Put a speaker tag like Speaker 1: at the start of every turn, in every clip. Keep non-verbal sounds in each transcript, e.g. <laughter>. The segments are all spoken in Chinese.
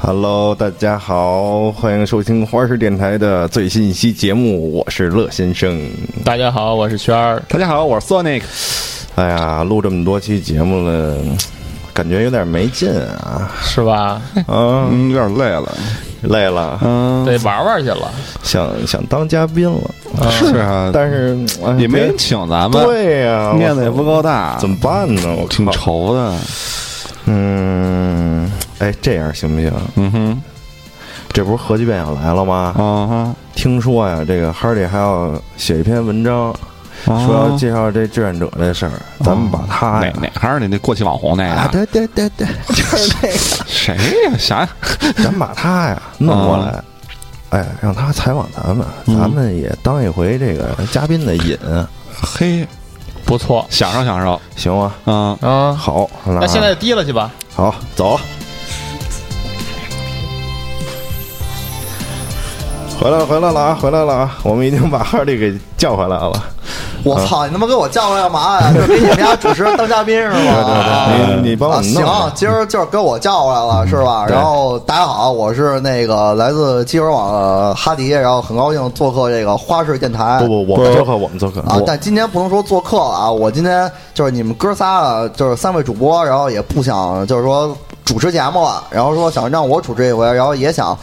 Speaker 1: Hello，大家好，欢迎收听花式电台的最新一期节目，我是乐先生。
Speaker 2: 大家好，我是轩儿。
Speaker 3: 大家好，我是 Sonic。
Speaker 1: 哎呀，录这么多期节目了，感觉有点没劲啊，
Speaker 2: 是吧？
Speaker 3: <laughs>
Speaker 1: 啊，
Speaker 3: 嗯，有点累了。
Speaker 1: 累了，
Speaker 3: 嗯，
Speaker 2: 得玩玩去了，
Speaker 1: 想想当嘉宾了，
Speaker 3: 是啊，
Speaker 1: 但是哎
Speaker 3: 也没
Speaker 1: 别
Speaker 3: 人请咱们，啊
Speaker 1: 对呀，
Speaker 3: 面子也不够大，
Speaker 1: 我怎么办呢？我
Speaker 3: 挺
Speaker 1: 靠，
Speaker 3: 愁的。
Speaker 1: 嗯，哎，这样行不行？
Speaker 3: 嗯哼，
Speaker 1: 这不是核聚变要来了吗？
Speaker 3: 啊
Speaker 1: 听说呀，这个哈利还要写一篇文章，
Speaker 3: 哈，
Speaker 4: 哦
Speaker 1: 说要
Speaker 3: 啊
Speaker 1: 介绍这志愿者这事儿，咱们把他
Speaker 3: 哪
Speaker 1: 呀
Speaker 3: 哪还是你那过气网红那
Speaker 1: 啊，
Speaker 3: 个？
Speaker 1: 对对对对，就是这
Speaker 3: 谁呀？啥呀？
Speaker 1: 个，咱把他呀
Speaker 4: 哦
Speaker 1: 弄过来，哎，让他采访咱们，
Speaker 3: 嗯
Speaker 1: 咱们也当一回这个嘉宾的瘾，
Speaker 3: 嘿，
Speaker 2: 不错。
Speaker 3: 享受享受。
Speaker 1: 行吗？
Speaker 3: 嗯，
Speaker 2: 嗯，
Speaker 1: 好，那
Speaker 2: 那现在低了去吧。
Speaker 1: 好走。回来了，回来了啊，回来了啊！我们已经把哈利给叫回来了。
Speaker 4: 我
Speaker 1: 啊
Speaker 4: 操！你他妈给我叫过来干嘛呀？就给你们家主持人当嘉宾是吗？
Speaker 1: 你你帮我
Speaker 4: 啊，
Speaker 1: 们弄
Speaker 4: 行
Speaker 1: 吧、，
Speaker 4: 今儿就是给我叫过来了，是吧？
Speaker 1: 对
Speaker 4: 然后大家好，我是那个来自基友网的哈迪，然后很高兴做客这个花式电台。
Speaker 1: 啊不不，我们做客，我们做客。
Speaker 4: 啊
Speaker 1: 我，
Speaker 4: 但今天不能说做客了啊！我今天就是你们哥仨啊，就是三位主播，然后也不想就是说主持节目了，然后说想让我主持一回，然后也想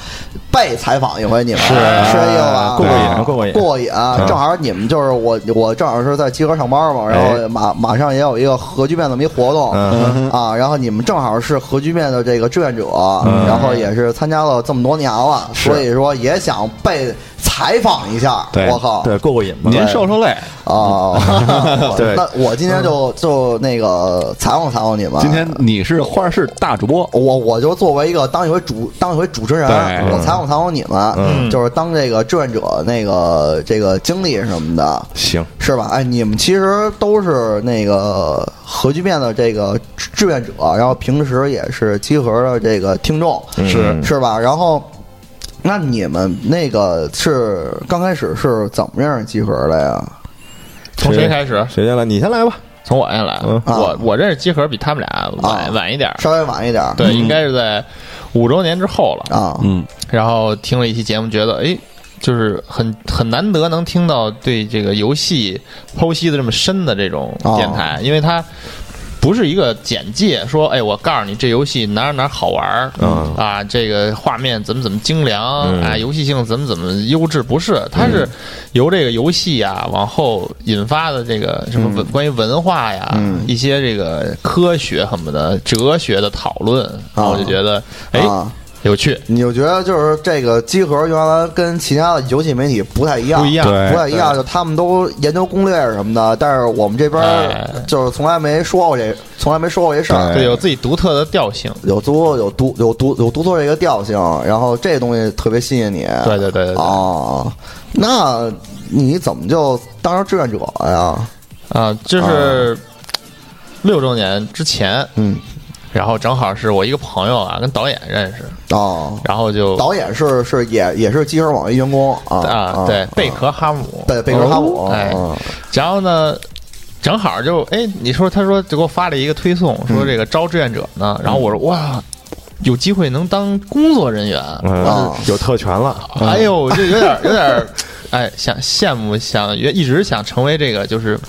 Speaker 4: 被采访一回你们，是是这意思吧？
Speaker 1: 过过瘾
Speaker 4: 啊
Speaker 1: 过过瘾嗯
Speaker 4: 过瘾啊！正好你们就是我，我正好是在集合上班嘛，然后马马上也有一个核聚变这么一活动
Speaker 1: 哎嗯
Speaker 4: 啊，然后你们正好是核聚变的这个志愿者，
Speaker 1: 嗯
Speaker 4: 然后也是参加了这么多年了，所以说也想被采访一下。
Speaker 3: 对
Speaker 4: 我靠，
Speaker 1: 对，过过瘾吧。
Speaker 3: 您受受累。
Speaker 4: 哦， <laughs> 嗯我
Speaker 1: 对
Speaker 4: 那我今天就就那个采访采访你们。
Speaker 3: 今天你是画室大主播，
Speaker 4: 我我就作为一个当一回主当一回主持人，
Speaker 3: 对
Speaker 4: 我采访采访你们，就是当这个志愿者那个这个经历什么的，
Speaker 1: 行，
Speaker 4: 是吧？哎，你们其实都是那个核聚变的这个志志愿者，然后平时也是集合的这个听众，
Speaker 1: 是
Speaker 4: 是吧？然后。那你们那个是刚开始是怎么样集合的呀？
Speaker 2: 从谁开始？
Speaker 1: 谁先来？你先来吧。
Speaker 2: 从我先来。
Speaker 1: 嗯
Speaker 2: 我我认识集合比他们俩晚、
Speaker 4: 啊
Speaker 2: 晚一点儿，
Speaker 4: 稍微晚一点儿，
Speaker 2: 对，应该是在五周年之后了。
Speaker 4: 啊，
Speaker 3: 嗯，
Speaker 2: 然后听了一期节目，觉得哎，就是很很难得能听到对这个游戏剖析的这么深的这种电
Speaker 1: 哦
Speaker 2: 台，因为它不是一个简介，说哎，我告诉你这游戏哪儿哪儿好玩儿、
Speaker 1: 嗯
Speaker 2: 啊，这个画面怎么怎么精良、
Speaker 1: 嗯
Speaker 2: 啊，游戏性怎么怎么优质，不是，它是由这个游戏啊往后引发的这个什么
Speaker 1: 嗯
Speaker 2: 文、关于文化呀、一些这个科学什么的哲学的讨论，然后我就觉得哎、
Speaker 4: 啊
Speaker 2: 有趣。
Speaker 4: 你就觉得就是这个集合原来跟其他的游戏媒体不太一样，
Speaker 2: 不一样
Speaker 3: 对
Speaker 4: 不太一样，就他们都研究攻略什么的，但是我们这边
Speaker 2: 哎
Speaker 4: 儿就是从来没说过这，从来没说过这事儿。
Speaker 2: 对，有自己独特的调性。
Speaker 4: 有独有独有独有独特这个调性，然后这东西特别吸引你。
Speaker 2: 对对对对对，啊、
Speaker 4: 哎哦，那你怎么就当上志愿者了呀？
Speaker 2: 啊就是六周年之前，
Speaker 4: 嗯，
Speaker 2: 然后正好是我一个朋友啊，跟导演认识，
Speaker 4: 哦，
Speaker 2: 然后就
Speaker 4: 导演是是也也是集合网一员工啊
Speaker 2: 啊，对，贝壳哈姆，
Speaker 4: 嗯贝贝克哈姆，
Speaker 2: 哎
Speaker 4: 嗯
Speaker 2: 然后呢，正好就哎，你说他说就给我发了一个推送，
Speaker 4: 嗯
Speaker 2: 说这个招志愿者呢，然后我说哇。有机会能当工作人员，
Speaker 1: 嗯
Speaker 4: 啊，
Speaker 1: 有特权了。
Speaker 2: 哎呦，就有点有点，哎，想羡慕，想也一直想成为这个，就是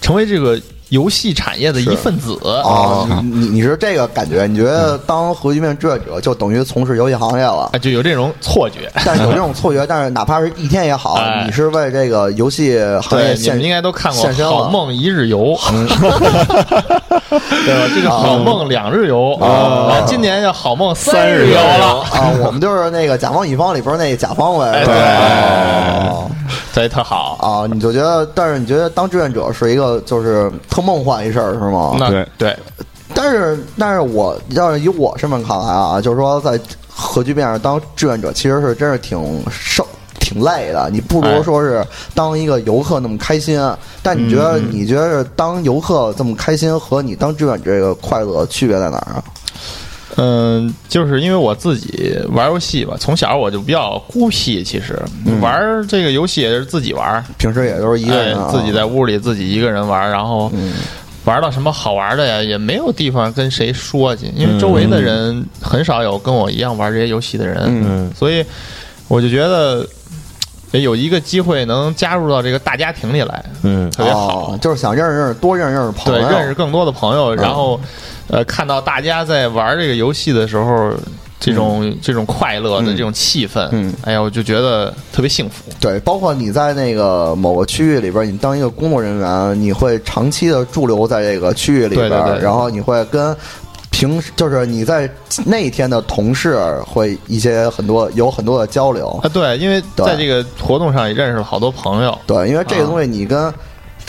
Speaker 2: 成为这个游戏产业的一份子
Speaker 4: 哦，你你你是这个感觉？你觉得
Speaker 2: 嗯
Speaker 4: 当核聚变志愿者就等于从事游戏行业
Speaker 2: <laughs>
Speaker 4: 了？
Speaker 2: 啊，就有这种错觉。
Speaker 4: 但是有这种错觉，但是哪怕是一天也好
Speaker 2: 哎，
Speaker 4: 你是为这个游戏行
Speaker 2: 对
Speaker 4: 业，
Speaker 2: 哎你
Speaker 4: 献
Speaker 2: 们应该都看过
Speaker 4: 献
Speaker 2: 《
Speaker 4: 身
Speaker 2: 好
Speaker 4: 了。
Speaker 2: 梦一日游》， <laughs> 对吧？这个《好梦两日游》，然后今年叫《好梦三日游》了，
Speaker 4: 啊，我们就是那个甲方乙方里边那个甲方呗。
Speaker 2: 哎对
Speaker 4: 哦
Speaker 2: 所以特好。
Speaker 4: 啊，你就觉得，但是你觉得当志愿者是一个就是特梦幻一事儿是吗？
Speaker 2: 那
Speaker 3: 对
Speaker 2: 对，
Speaker 4: 但是，但是我要是以我身份看来啊，就是说在核聚变上当志愿者，其实是真是挺受、挺累的。你不
Speaker 2: 哎
Speaker 4: 如说是当一个游客那么开心。但你觉得，你觉得当游客这么开心和你当志愿者这个快乐区别在哪儿啊？
Speaker 2: 嗯，就是因为我自己玩游戏吧，从小我就比较孤僻，其实玩这个游戏也是自己玩，
Speaker 4: 平时也都是一个
Speaker 2: 哎
Speaker 4: 人、啊，
Speaker 2: 自己在屋里自己一个人玩，然后玩到什么好玩的呀，也没有地方跟谁说去，因为周围的人很少有跟我一样玩这些游戏的人，
Speaker 1: 嗯
Speaker 2: 所以我就觉得也有一个机会能加入到这个大家庭里来，
Speaker 1: 嗯
Speaker 2: 特别好。
Speaker 4: 哦就是想认识认识，多认识认识朋
Speaker 2: 对，
Speaker 4: 友，
Speaker 2: 认识更多的朋友，然后，呃，看到大家在玩这个游戏的时候，这种、这种快乐的这种气氛，
Speaker 3: 嗯
Speaker 2: 哎呀，我就觉得特别幸福。
Speaker 4: 对，包括你在那个某个区域里边，你当一个工作人员，你会长期的驻留在这个区域里
Speaker 2: 对
Speaker 4: 边，
Speaker 2: 对对
Speaker 4: 然后你会跟平时就是你在那一天的同事会一些很多有很多的交流
Speaker 2: 啊，，对，因为
Speaker 4: 对
Speaker 2: 在这个活动上也认识了好多朋友，
Speaker 4: 对，因为这个东西你跟、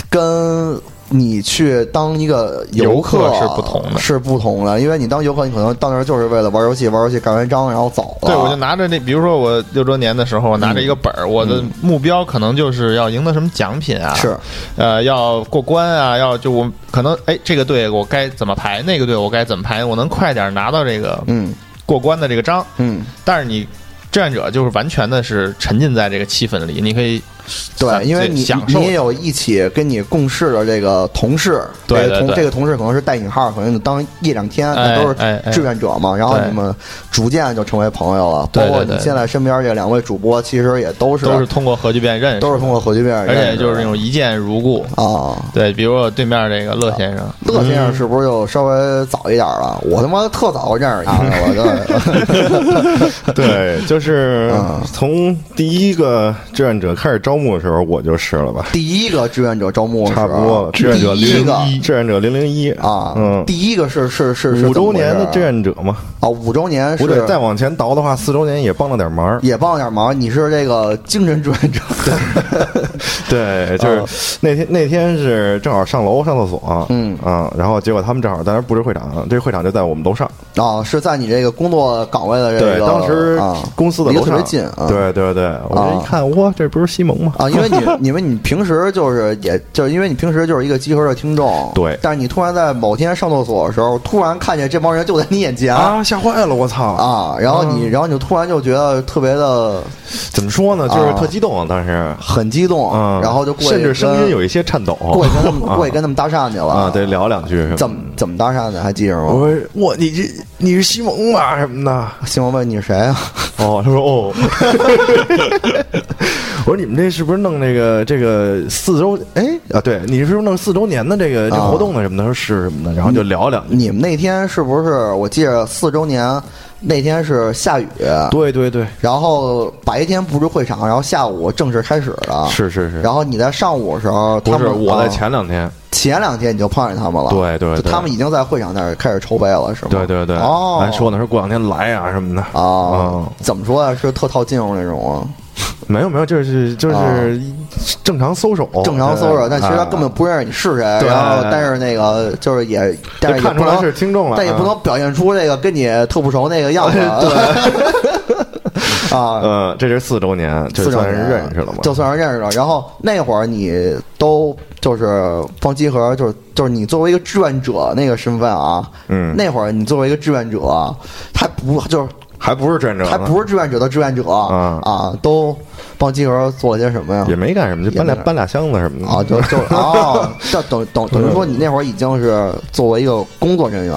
Speaker 4: 跟你去当一个游
Speaker 2: 游客是不同的
Speaker 4: 是不同的，因为你当游客，你可能到那儿就是为了玩游戏，玩游戏盖完章然后走了，
Speaker 2: 对，我就拿着那，比如说我六周年的时候，我拿着一
Speaker 4: 嗯
Speaker 2: 个本儿，我的目标可能就是要赢得什么奖品啊，
Speaker 4: 是，
Speaker 2: 呃，要过关啊，要就我可能哎，这个队我该怎么排，那个队我该怎么排，我能快点拿到这个
Speaker 4: 嗯
Speaker 2: 过关的这个章。
Speaker 4: 嗯，
Speaker 2: 但是你志愿者就是完全的是沉浸在这个气氛里，你可以
Speaker 4: 对，
Speaker 2: 享
Speaker 4: 因为你
Speaker 2: 享
Speaker 4: 你
Speaker 2: 受
Speaker 4: 你也有一起跟你共事的这个同事，
Speaker 2: 对
Speaker 4: 这个
Speaker 2: 对
Speaker 4: 同
Speaker 2: 对
Speaker 4: 这个同事可能是带引号，可能当一两天，那
Speaker 2: 哎
Speaker 4: 都
Speaker 2: 哎
Speaker 4: 是
Speaker 2: 哎
Speaker 4: 志愿者嘛。然后
Speaker 2: 对
Speaker 4: 你们逐渐就成为朋友了，
Speaker 2: 对
Speaker 4: 包括
Speaker 2: 对对
Speaker 4: 你现在身边这两位主播，其实也都是
Speaker 2: 都是通过核聚变认识，
Speaker 4: 都是通过火炬变认识
Speaker 2: 而
Speaker 4: 的，
Speaker 2: 且就是那种一见如故。
Speaker 4: 啊。
Speaker 2: 对，比如我对面这个乐先生，
Speaker 4: 乐先
Speaker 2: 嗯
Speaker 4: 生是不是又稍微早一点了？我他妈特早就认识他了，
Speaker 2: <laughs>
Speaker 4: 我
Speaker 1: <laughs>
Speaker 4: 就
Speaker 1: 对，就是
Speaker 4: 嗯
Speaker 1: 从第一个志愿者开始招募的时候，我就是了吧，
Speaker 4: 第一个志愿者招募的时
Speaker 1: 差
Speaker 4: 候
Speaker 1: 不多了。啊志愿者
Speaker 4: 第一
Speaker 1: 零
Speaker 4: 个
Speaker 1: 零一，志愿者零零一
Speaker 4: 啊，
Speaker 1: 嗯，
Speaker 4: 第一个是是是是
Speaker 1: 五
Speaker 4: 怎么
Speaker 1: 周
Speaker 4: 回事
Speaker 1: 年的志愿者嘛，
Speaker 4: 啊，五周年是
Speaker 1: 我得再往前倒的话，四周年也帮了点忙。
Speaker 4: 也帮了点忙。你是这个精神志愿者， <laughs>
Speaker 1: 对，就是那天那天是正好上楼上厕所，
Speaker 4: 啊嗯
Speaker 1: 啊，然后结果他们正好在那儿布置会场，这会场就在我们楼上。
Speaker 4: 啊，是在你这个工作岗位的这个
Speaker 1: 对，当时
Speaker 4: 哎啊
Speaker 1: 公司的楼
Speaker 4: 离得特
Speaker 1: 上
Speaker 4: 别近啊
Speaker 1: 对对对，我这一看，哇，这不是西蒙吗？
Speaker 4: 啊，因为你 <laughs> 你们你平时就是也就是因为你平时就是一个集合的听众，
Speaker 1: 对
Speaker 4: 但是你突然在某天上厕所的时候，突然看见这帮人就在你眼前。
Speaker 1: 啊，嗯吓坏了！我操！
Speaker 4: 啊，然后你，然后你就突然就觉得特别的
Speaker 1: 怎么说呢？就是
Speaker 4: 啊
Speaker 1: 特激动，当时，
Speaker 4: 很激动，
Speaker 1: 嗯，
Speaker 4: 然后就过去
Speaker 1: 甚至
Speaker 4: 跟
Speaker 1: 声音有一些颤抖。
Speaker 4: 过去跟他们过去跟他们搭讪去了
Speaker 1: 啊，对，聊两句什嗯么
Speaker 4: 怎么怎么搭讪的还记着
Speaker 1: 我
Speaker 4: 吗？
Speaker 1: 说我你这你是西蒙吧什么的？
Speaker 4: 新闻问你是谁啊？
Speaker 1: 哦，他说哦， <laughs> 我说你们这是不是弄那个这个四周？哎啊，对，你是不是弄四周年的这个这
Speaker 4: 啊
Speaker 1: 活动呢什么的？他说是什么的，然后就聊两句。
Speaker 4: 你们那天是不是？我记着四周年那天是下雨，
Speaker 1: 嗯对对对，
Speaker 4: 然后白天布置会场，然后下午正式开始的。
Speaker 1: 是是是。
Speaker 4: 然后你在上午的时候，
Speaker 1: 不
Speaker 4: 他
Speaker 1: 是
Speaker 4: 们
Speaker 1: 我在
Speaker 4: 啊
Speaker 1: 前两天，
Speaker 4: 前两天你就碰见他们了，
Speaker 1: 对对
Speaker 4: 就
Speaker 1: 对
Speaker 4: 他们已经在会场那儿开始筹备了，是吗？
Speaker 1: 对对对，
Speaker 4: 哦，
Speaker 1: 还说呢，说过两天来啊什么的啊
Speaker 4: 啊，怎么说啊？是特套近乎那种啊，
Speaker 1: 没有没有，就是就
Speaker 4: 哦
Speaker 1: 是正常搜手，
Speaker 4: 正常搜着，但其实他根本
Speaker 1: 啊
Speaker 4: 不认识你是谁，
Speaker 1: 哦对哎
Speaker 4: 然后但是那个就是也，但是也
Speaker 1: 看
Speaker 4: 不
Speaker 1: 出来
Speaker 4: 能
Speaker 1: 是听众了嗯
Speaker 4: 但也不能表现出这个跟你特不熟那个样子，
Speaker 1: <laughs>
Speaker 4: <laughs> 啊，
Speaker 1: 呃，这是四周年，就
Speaker 4: 四周
Speaker 1: 算是
Speaker 4: 年
Speaker 1: 认识了嘛，
Speaker 4: 就算是认识了。然后那会儿你都就是放集合，就是就是你作为一个志愿者那个身份啊，
Speaker 1: 嗯
Speaker 4: 那会儿你作为一个志愿者，还不就是
Speaker 1: 还不是啊真正，
Speaker 4: 还不是志愿者的志愿者
Speaker 1: 啊
Speaker 4: 啊，都帮集合做了些什么呀？
Speaker 1: 也没干什么，就搬俩搬俩箱子什么的
Speaker 4: 啊，就就哦，这等等等于说你那会儿已经是作为一个工作人员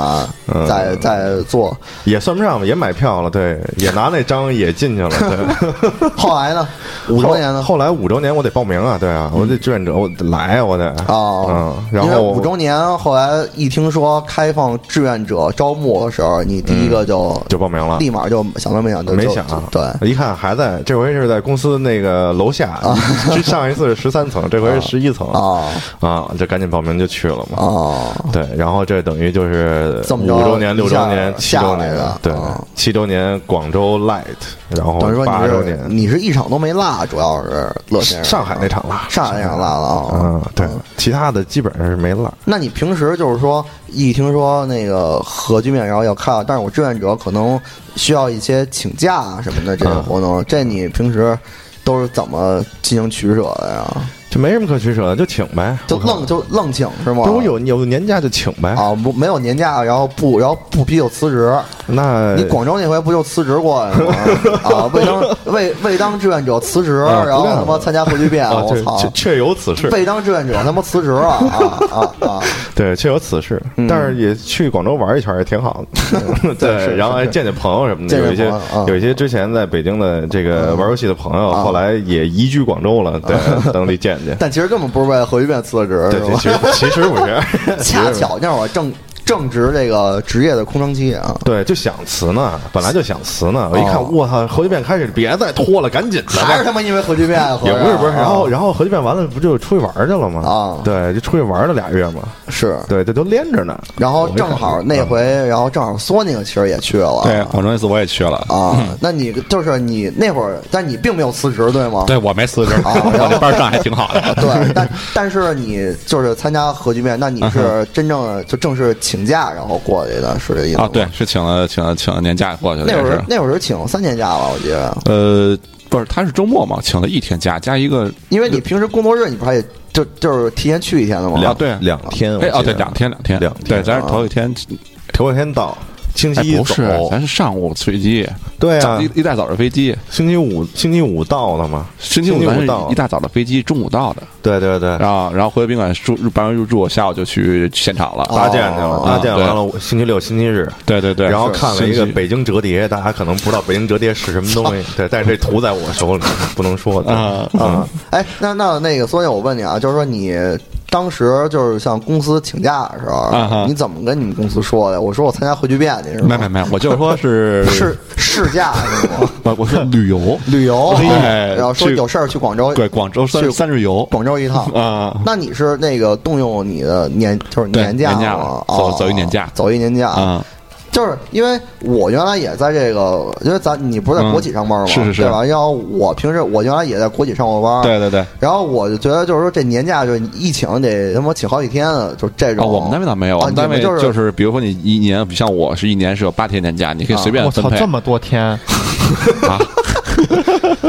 Speaker 1: 嗯
Speaker 4: 在在做，
Speaker 1: <laughs> 也算不上吧，也买票了，对，也拿那张也进去了，对。
Speaker 4: 后来呢， <laughs> 五周年呢，嗯
Speaker 1: 后后来五周年我得报名啊，对啊，我得志愿者，我得来啊，我得
Speaker 4: 哦，
Speaker 1: 嗯，然
Speaker 4: 因为
Speaker 1: 后
Speaker 4: 五周年后来一听说开放志愿者招募的时候，你第一个就
Speaker 1: 嗯就报名了。
Speaker 4: 立马就想都没想就
Speaker 1: 没
Speaker 4: 就
Speaker 1: 想啊，
Speaker 4: 对，
Speaker 1: 一看还在，这回是在公司那个楼下，
Speaker 4: 啊
Speaker 1: 之上一次是十三层，这回是十一层
Speaker 4: 哦
Speaker 1: 啊，就赶紧报名就去了嘛。
Speaker 4: 哦，
Speaker 1: 对，然后这等于就是
Speaker 4: 这么着
Speaker 1: 五周年、六
Speaker 4: 一
Speaker 1: 周
Speaker 4: 下
Speaker 1: 年、七
Speaker 4: 下
Speaker 1: 周
Speaker 4: 来
Speaker 1: 年
Speaker 4: 的，
Speaker 1: 对
Speaker 4: 啊，
Speaker 1: 七周年广州 Light，然后
Speaker 4: 等于说
Speaker 1: 哦八
Speaker 4: 你
Speaker 1: 周
Speaker 4: 是
Speaker 1: 年
Speaker 4: 你是一场都没落，主要是乐先生
Speaker 1: 上海那场啦，
Speaker 4: 上海那场落了啊。
Speaker 1: 嗯，对，其他的基本上是没落。
Speaker 4: 那你平时就是说，一听说那个核聚变，然后要看，但是我志愿者可能需要一些请假
Speaker 1: 嗯
Speaker 4: 啊什么的这种活动，这你平时都是怎么进行取舍的呀？
Speaker 1: 这没什么可取舍的，就请呗，
Speaker 4: 就
Speaker 1: 我靠
Speaker 4: 愣就愣请是吗？
Speaker 1: 不是我有有年假就请呗，
Speaker 4: <laughs> 啊，不没有年假，然后不然后不批就辞职。
Speaker 1: 那
Speaker 4: 你广州那回不就辞职过来了
Speaker 1: <laughs>
Speaker 4: 吗？啊，未当未未当志愿者辞职，
Speaker 1: 啊
Speaker 4: 然后
Speaker 1: 不干
Speaker 4: 他妈
Speaker 1: 了
Speaker 4: 参加贺军变，
Speaker 1: 啊，
Speaker 4: 我
Speaker 1: 对
Speaker 4: 操！
Speaker 1: 确确有此事，
Speaker 4: 未当志愿者他妈辞职了啊啊啊！
Speaker 1: 对，确有此事，但是也去广州玩一圈也挺好的，
Speaker 4: 是
Speaker 1: 对，然后还见见朋友什么的，
Speaker 4: 见见
Speaker 1: 有一些
Speaker 4: 朋友啊
Speaker 1: 有一些之前在北京的这个玩游戏的朋友，后来也移居广州了，对， <laughs> 等里见
Speaker 4: <laughs>
Speaker 1: 见。
Speaker 4: 但其实根本不是为了贺军变辞的职，
Speaker 1: 对
Speaker 4: 是，吧？
Speaker 1: 其实其实不是， <laughs>
Speaker 4: 恰巧那会儿正正值这个职业的空窗期啊。
Speaker 1: 对，就想辞呢，本来就想辞呢，我一看，
Speaker 4: 哦
Speaker 1: 我操，核聚变开始，别再拖了，赶紧的吧
Speaker 4: 还是他妈因为核聚变，合
Speaker 1: 也
Speaker 4: 着
Speaker 1: 不是不是，然后
Speaker 4: 啊
Speaker 1: 然后核聚变完了，不就出去玩去了吗？
Speaker 4: 啊
Speaker 1: 对，就出去玩了俩月嘛，
Speaker 4: 是，
Speaker 1: 对，这都连着呢。
Speaker 4: 然后正好那回，然后正好索尼克其实也去了，
Speaker 3: 对，广州那次我也去了，
Speaker 4: 啊，那你就是你那会儿，但你并没有辞职，对吗？
Speaker 3: 对我没辞职，
Speaker 4: 啊
Speaker 3: 我那班上还挺好的。
Speaker 4: <laughs> 对，但但是你就是参加核聚变，那你
Speaker 3: 嗯
Speaker 4: 是真正的就正式请假然后过去的，是这意思吗
Speaker 3: 啊，对，，是请了请了请了年假过去的，
Speaker 4: 那
Speaker 3: 也
Speaker 4: 会
Speaker 3: 是
Speaker 4: 儿。那会儿是请三天假吧，我记得，
Speaker 3: 呃，不是，他是周末嘛，请了一天假，加一个
Speaker 4: 因为你平时工作日你不还得就就是提前去一天的吗？
Speaker 1: 两
Speaker 3: 对
Speaker 1: 两天，
Speaker 3: 哎
Speaker 1: 我
Speaker 3: 哦，
Speaker 1: 记得
Speaker 3: 对，两天两天
Speaker 1: 两
Speaker 3: 对，
Speaker 1: 天
Speaker 3: 咱
Speaker 4: 啊
Speaker 3: 是头一天，
Speaker 1: 头一天到，星
Speaker 3: 哎
Speaker 1: 期一
Speaker 3: 不是，
Speaker 1: 走，
Speaker 3: 咱是上午飞机，
Speaker 1: 对
Speaker 3: 早
Speaker 1: 啊
Speaker 3: 一，一大早的飞机，
Speaker 1: 星期五星期五到的嘛，
Speaker 3: 星期五
Speaker 1: 星期
Speaker 3: 咱
Speaker 1: 五
Speaker 3: 是
Speaker 1: 到哎
Speaker 3: 一大早的飞机，中午到的，
Speaker 1: 对对对，
Speaker 3: 然后然后回宾馆住办完入住，下午就去现场了。
Speaker 4: 哦
Speaker 1: 搭建去了，搭建
Speaker 3: 对
Speaker 1: 完了星期六星期日。
Speaker 3: 对对对，
Speaker 1: 然后
Speaker 3: 是
Speaker 1: 看了一个
Speaker 3: 星期
Speaker 1: 北京折叠，大家可能不知道北京折叠是什么东西，对，但是这图在我手里， <laughs> 不能说对
Speaker 3: 啊
Speaker 1: 啊，
Speaker 4: 哎，那那那个，所以我问你啊，就是说你当时就是像公司请假的时候，
Speaker 3: 啊哈
Speaker 4: 你怎么跟你们公司说的？我说我参加核聚变去是
Speaker 3: 没
Speaker 4: 吗？
Speaker 3: 没没，我就说
Speaker 4: <laughs>
Speaker 3: 是
Speaker 4: 试试假是吗？
Speaker 3: 我我是 <laughs> 旅游，
Speaker 4: 旅游，
Speaker 3: 哎
Speaker 4: 然后说
Speaker 3: 去
Speaker 4: 有事儿去广州，
Speaker 3: 对，广州
Speaker 4: 去
Speaker 3: 三三日游
Speaker 4: 广州
Speaker 3: <laughs>
Speaker 4: 一趟。
Speaker 3: 啊，
Speaker 4: 那你是那个动用你的年就是
Speaker 3: 对
Speaker 4: 假
Speaker 3: 年假
Speaker 4: 吗
Speaker 3: 了？
Speaker 4: 哦
Speaker 3: 走走一年假
Speaker 4: 走一年假
Speaker 3: 啊！
Speaker 4: 就是因为我原来也在这个，因为咱你不是在
Speaker 3: 嗯
Speaker 4: 国企上班吗？
Speaker 3: 是是是
Speaker 4: 对吧？然后我平时我原来也在国企上过班，
Speaker 3: 对对对，
Speaker 4: 然后我就觉得，就是说这年假就是一请得他妈请好几天啊，就这
Speaker 3: 哦，
Speaker 4: 种。
Speaker 3: 我们单位倒没有，
Speaker 4: 啊
Speaker 3: 我们单位
Speaker 4: 你们就
Speaker 3: <laughs>
Speaker 4: 是
Speaker 3: 比如说你一年，像我是一年是有八天年假，你可以随便
Speaker 2: 我
Speaker 3: 分
Speaker 2: 操，
Speaker 3: 配
Speaker 2: 这么多
Speaker 4: <laughs>
Speaker 2: 天，
Speaker 3: 啊，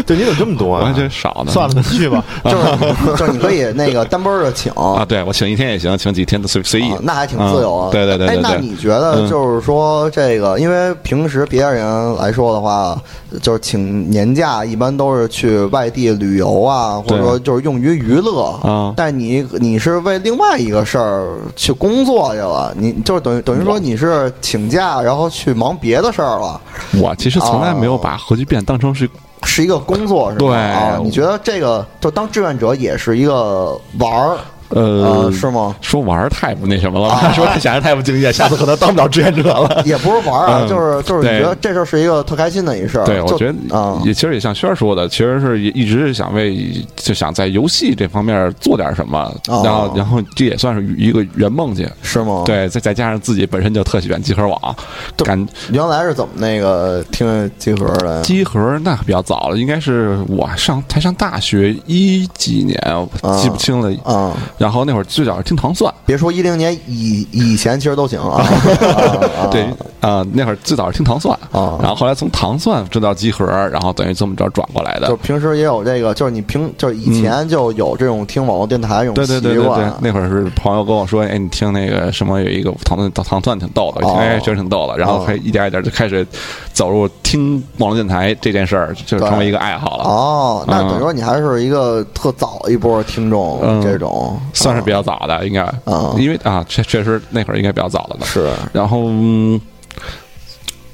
Speaker 1: 对，你怎么这么多
Speaker 3: 我还
Speaker 1: 啊？
Speaker 3: 真少呢。
Speaker 2: 算了，去吧。
Speaker 4: 就是就是你可以那个单班儿
Speaker 3: <laughs>
Speaker 4: 的请
Speaker 3: 啊，
Speaker 4: 啊
Speaker 3: 对我请一天也行，请几天都随随意
Speaker 4: 啊，，那还挺自由啊。
Speaker 3: 嗯对对对
Speaker 4: 哎
Speaker 3: 对，
Speaker 4: 那
Speaker 3: 对嗯
Speaker 4: 你觉得就是说这个，因为平时别人来说的话，就是请年假一般都是去外地旅游啊，或者
Speaker 3: 对
Speaker 4: 说就是用于娱乐
Speaker 3: 啊
Speaker 4: 但你你是为另外一个事儿去工作去了，你就是等于等于说你是请假，然后去忙别的事儿了。
Speaker 3: 我其实从来没有把核聚变当成是
Speaker 4: 是一个工作，是吧？
Speaker 3: 对
Speaker 4: 啊，你觉得这个就当志愿者也是一个玩儿，
Speaker 3: 呃
Speaker 4: 呃，是吗？啊
Speaker 3: 说玩儿太不那什么了 <laughs> 吧？说显然太不
Speaker 4: <laughs>
Speaker 3: 敬业，下次可能当不了志愿者了。
Speaker 4: 也不是玩儿啊，
Speaker 3: 嗯
Speaker 4: 就是就是你
Speaker 3: 对
Speaker 4: 觉得这事儿是一个特开心的一事儿。
Speaker 3: 对，我
Speaker 4: 就
Speaker 3: 觉得
Speaker 4: 啊
Speaker 3: 也其实也像轩儿说的，其实是一直是想为就想在游戏这方面做点什么，
Speaker 4: 哦
Speaker 3: 然后然后这也算是一个圆梦去。
Speaker 4: 是吗？，
Speaker 3: 对，再再加上自己本身就特喜欢集合网，
Speaker 4: 对
Speaker 3: 感
Speaker 4: 原来是怎么那个听集合的？
Speaker 3: 集合那比较早了，应该是我上才上大学一几年，我记不清了。
Speaker 4: 啊，
Speaker 3: 然后那会儿最早是听糖蒜，
Speaker 4: 别说一零年以以前，其实都
Speaker 3: <laughs>
Speaker 4: 行啊。啊啊
Speaker 3: 对啊、那会儿最早是听糖蒜，
Speaker 4: 啊
Speaker 3: 然后后来从糖蒜知道集合，然后等于这么着转过来的
Speaker 4: 啊就。平时也有这个，就是你平就是以前就有这种听网络电台这种
Speaker 3: 嗯对对
Speaker 4: 习
Speaker 3: 对对对
Speaker 4: 惯，，啊
Speaker 3: 那会儿是朋友跟我说，哎，你听那个什么有一个糖蒜糖蒜挺逗的，我一听
Speaker 4: 哦
Speaker 3: 哎觉得挺逗的，然后还一点一点就开始走入听网络电台这件事儿，就
Speaker 4: 对
Speaker 3: 成为一个爱好了。
Speaker 4: 哦，那
Speaker 3: 嗯
Speaker 4: 等于说你还是一个特早一波听众，
Speaker 3: 嗯
Speaker 4: 这种
Speaker 3: 算是
Speaker 4: 啊
Speaker 3: 比较早的，应该，
Speaker 4: 啊
Speaker 3: 因为啊，确确实那会儿应该比较早了吧。
Speaker 4: 是。
Speaker 3: 然后，嗯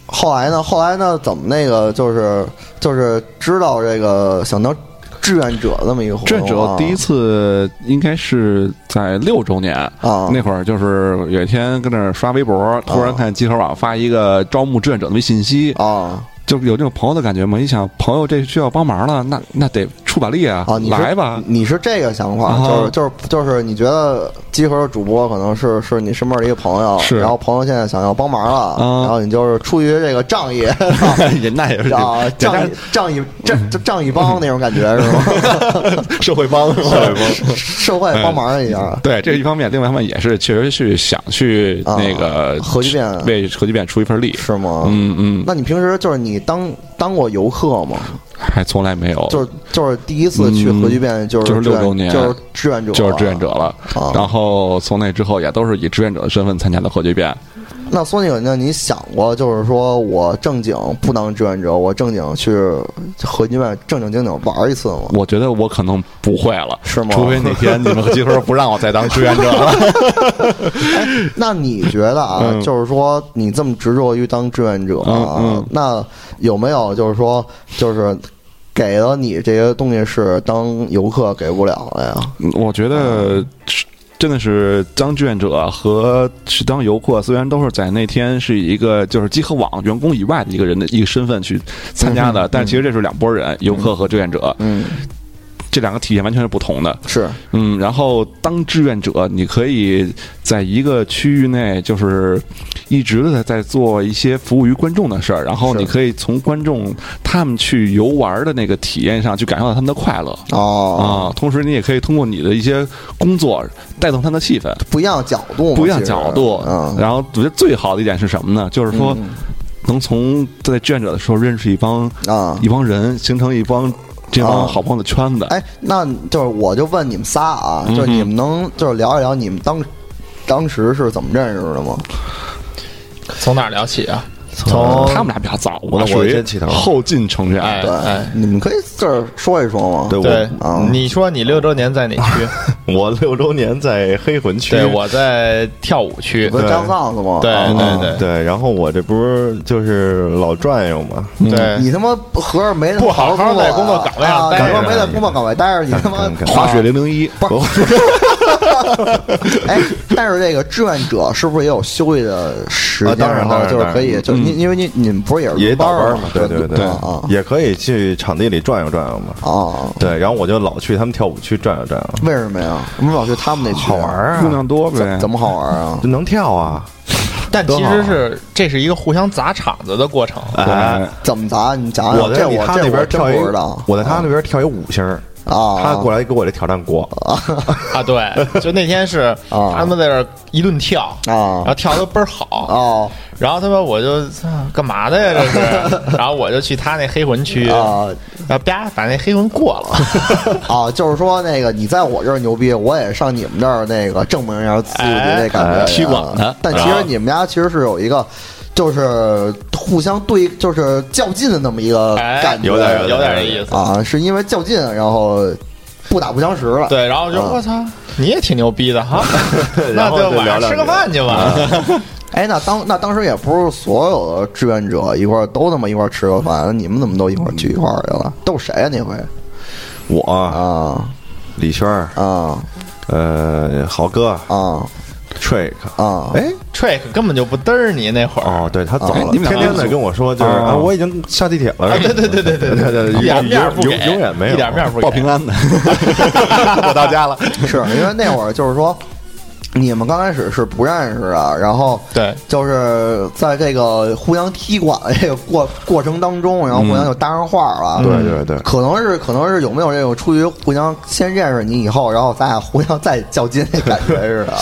Speaker 4: 后来呢？后来呢？怎么那个就是就是知道这个想当志愿者这么一个活
Speaker 3: 这
Speaker 4: 动、啊？
Speaker 3: 只有第一次应该是在六周年
Speaker 4: 啊
Speaker 3: 那会儿，就是有一天跟那儿刷微博，突然看集合网发一个招募志愿者的微信息，
Speaker 4: 啊
Speaker 3: 就有这种朋友的感觉嘛。一想朋友这需要帮忙了，那那得出把力啊
Speaker 4: 啊！你，是
Speaker 3: 来吧，
Speaker 4: <laughs> 你是这个想法，
Speaker 3: 啊
Speaker 4: 就是就是就是你觉得集合的主播可能是是你身边的一个朋友，
Speaker 3: 是
Speaker 4: 然后朋友现在想要帮忙了，
Speaker 3: 啊
Speaker 4: 然后你就是出于这个仗义。 <laughs>
Speaker 3: 也那也是
Speaker 4: 啊，
Speaker 3: 也
Speaker 4: 仗
Speaker 3: 但
Speaker 4: 义仗义仗就仗义帮那种感觉是吗？
Speaker 3: <laughs> 社会
Speaker 4: <laughs>
Speaker 3: 帮，社会帮。
Speaker 4: 社会
Speaker 3: 哎
Speaker 4: 帮忙一样，
Speaker 3: 对，这是一方面，另外一方面也是确实是想去
Speaker 4: 啊
Speaker 3: 那个
Speaker 4: 核聚变
Speaker 3: 为核聚变出一份力。
Speaker 4: 是吗？
Speaker 3: 嗯嗯，
Speaker 4: 那你平时就是你当当过游客吗？
Speaker 3: 还从来没有，
Speaker 4: 就是就是第一次去核聚变，就是
Speaker 3: 嗯就是
Speaker 4: 志
Speaker 3: 六
Speaker 4: 愿
Speaker 3: 周年
Speaker 4: 就是志愿者，
Speaker 3: 就是志愿者。了。
Speaker 4: 啊
Speaker 3: 然后从那之后也都是以志愿者的身份参加的核聚变。
Speaker 4: 那索尼，那你想过，就是说我正经不当志愿者，我正经去核聚变正正经经玩一次吗？
Speaker 3: 我觉得我可能不会了，
Speaker 4: 是吗
Speaker 3: 除非哪天你们集合不让我再当志愿者了。
Speaker 4: <laughs> 那你觉得啊，
Speaker 3: 嗯
Speaker 4: 就是说你这么执着于当志愿者、啊，
Speaker 3: 嗯嗯
Speaker 4: 那有没有就是说就是给了你这些东西是当游客给不了的呀？
Speaker 3: 嗯我觉得是真的是当志愿者和去当游客，虽然都是在那天是以一个就是集合网员工以外的一个人的一个身份去参加的，但其实这是两拨人，游客和志愿者
Speaker 4: 嗯，
Speaker 3: 这两个体验完全是不同的。
Speaker 4: 是
Speaker 3: 嗯，然后当志愿者，你可以在一个区域内，就是一直的在做一些服务于观众的事儿，然后
Speaker 4: 是
Speaker 3: 你可以从观众他们去游玩的那个体验上去感受到他们的快乐啊、
Speaker 4: 哦，
Speaker 3: 同时你也可以通过你的一些工作带动他们的气氛，
Speaker 4: 不一样的角度嘛，
Speaker 3: 不一样
Speaker 4: 其实
Speaker 3: 角度。
Speaker 4: 嗯，
Speaker 3: 然后我觉得最好的一点是什么呢？就是说。能从在志愿者的时候认识一帮
Speaker 4: 啊
Speaker 3: 一帮人，形成一帮这
Speaker 4: 啊
Speaker 3: 帮好朋友的圈子。
Speaker 4: 哎，那就是我就问你们仨啊，就是你们能就是聊一聊你们当当时是怎么认识的吗？
Speaker 2: 从哪儿聊起啊？
Speaker 1: 从
Speaker 3: 他们俩比较早，我
Speaker 1: 啊
Speaker 3: 属
Speaker 1: 我
Speaker 3: 于
Speaker 1: 先起头
Speaker 3: 后进成员。
Speaker 2: 哎
Speaker 4: 对，
Speaker 2: 哎
Speaker 4: 你们可以这儿说一说吗？
Speaker 1: 对
Speaker 2: 对
Speaker 1: 我，
Speaker 4: 啊
Speaker 2: 你说你六周年在哪区？
Speaker 1: 我六周年在黑魂区，
Speaker 2: 对，我在跳舞区
Speaker 4: 不。是
Speaker 1: 对
Speaker 4: 张丧子吗？
Speaker 2: 对
Speaker 4: 啊
Speaker 2: 对对
Speaker 1: 对，然后我这不是就是老转悠嘛，
Speaker 2: 对，
Speaker 4: 你他妈合着没
Speaker 2: 不好好在工
Speaker 4: 工作
Speaker 2: 作
Speaker 4: 啊
Speaker 2: 岗位上
Speaker 4: 啊
Speaker 2: 待
Speaker 4: 你他
Speaker 1: 着
Speaker 4: 妈没在工作岗位待着，你他妈啊
Speaker 1: 干干干
Speaker 3: 滑雪零零一，
Speaker 4: 不是？哎，但是这个志愿者是不是也有休息的时间？
Speaker 1: 啊当然
Speaker 4: 后
Speaker 1: 当然
Speaker 4: 就是可以，就是
Speaker 3: 嗯
Speaker 4: 你因为你你们不是也是
Speaker 1: 也
Speaker 4: 轮
Speaker 1: 倒
Speaker 4: 班儿
Speaker 1: 班嘛，对对
Speaker 4: 对啊
Speaker 1: 也可以去场地里转悠转悠嘛。
Speaker 4: 啊！
Speaker 1: 对，然后我就老去他们跳舞区转悠转悠，
Speaker 4: 为什么呀？我们老去他们那区好玩
Speaker 2: 啊
Speaker 3: 姑娘多呗。
Speaker 4: 怎么好玩啊？
Speaker 1: 就能跳啊，
Speaker 2: 但
Speaker 1: 多
Speaker 2: 其
Speaker 1: 好啊
Speaker 2: 实是这是一个互相砸场子的
Speaker 1: <laughs>
Speaker 2: 过程。
Speaker 1: 哎。
Speaker 4: 怎么砸？你讲
Speaker 1: 我
Speaker 4: 讲，
Speaker 1: 在
Speaker 4: 啊这我
Speaker 1: 他
Speaker 4: 这
Speaker 1: 那
Speaker 4: 我
Speaker 1: 边
Speaker 4: 真
Speaker 1: 跳一
Speaker 4: 不知道，。
Speaker 1: 我在他那边跳一五星儿，
Speaker 4: 啊，
Speaker 1: 他过来给我这挑战过，
Speaker 2: 啊，对，就那天是
Speaker 4: 啊
Speaker 2: 他们在这儿一顿跳
Speaker 4: 啊
Speaker 2: 然后跳的倍儿好，
Speaker 4: 哦
Speaker 2: 然后他妈我就啊干嘛的呀这是， <laughs> 然后我就去他那黑魂区，
Speaker 4: 啊
Speaker 2: 然后啪把那黑魂过了，
Speaker 4: 啊，就是说那个你在我这儿牛逼，我也上你们这儿那个证明一下自己那感觉
Speaker 1: 哎
Speaker 4: 啊。
Speaker 3: 踢馆的
Speaker 4: 但其实你们家其实是有一个，就是互相对，就是较劲的那么一个
Speaker 2: 哎，
Speaker 4: 感觉，
Speaker 1: 有点有
Speaker 2: 有
Speaker 1: 点
Speaker 2: 点这意思。
Speaker 4: 啊，是因为较劲，然后不打不相识了。
Speaker 2: 对，然后就
Speaker 4: 啊
Speaker 2: 我操，你也挺牛逼的哈，
Speaker 1: 然
Speaker 2: 那
Speaker 1: 后
Speaker 2: 就
Speaker 1: 就
Speaker 2: 晚
Speaker 1: 聊
Speaker 2: 上
Speaker 1: 两
Speaker 2: 吃个
Speaker 1: 句
Speaker 2: 饭去吧。
Speaker 4: 哎，那当那当时也不是所有的志愿者一块儿都他妈一块儿吃个饭，那你们怎么都一块儿聚一块儿去了？都是谁啊？那回
Speaker 1: 我
Speaker 4: 啊
Speaker 1: 李轩儿，
Speaker 4: 啊
Speaker 1: 呃，豪哥
Speaker 4: 啊
Speaker 1: Trick，
Speaker 4: 啊！
Speaker 1: 哎，
Speaker 2: Trick 根本本就不嘚儿你那会儿，
Speaker 1: 哦，对他走
Speaker 3: 哎
Speaker 1: 了，
Speaker 3: 你们俩
Speaker 1: 天天
Speaker 3: 一
Speaker 1: 的
Speaker 3: 组
Speaker 1: 跟我说就是
Speaker 3: 哦
Speaker 1: 啊，我已经下地铁了，
Speaker 2: 啊对对对对对
Speaker 1: 对对，
Speaker 2: 一点
Speaker 1: 永
Speaker 2: 面儿不
Speaker 1: 永
Speaker 2: 给，
Speaker 1: 永远没有
Speaker 2: 一点面儿不给，
Speaker 3: 报平安的，
Speaker 2: 我到家了。
Speaker 4: <laughs> 是因为那会儿就是说，你们刚开始是不认识的，然后
Speaker 2: 对，
Speaker 4: 就是在这个互相踢馆的这个过过程当中，然后互相就搭上话了。
Speaker 1: 嗯对对对
Speaker 4: 可能是可能是有没有这种出于互相先认识你以后，然后咱俩互相再较劲那感觉似的啊。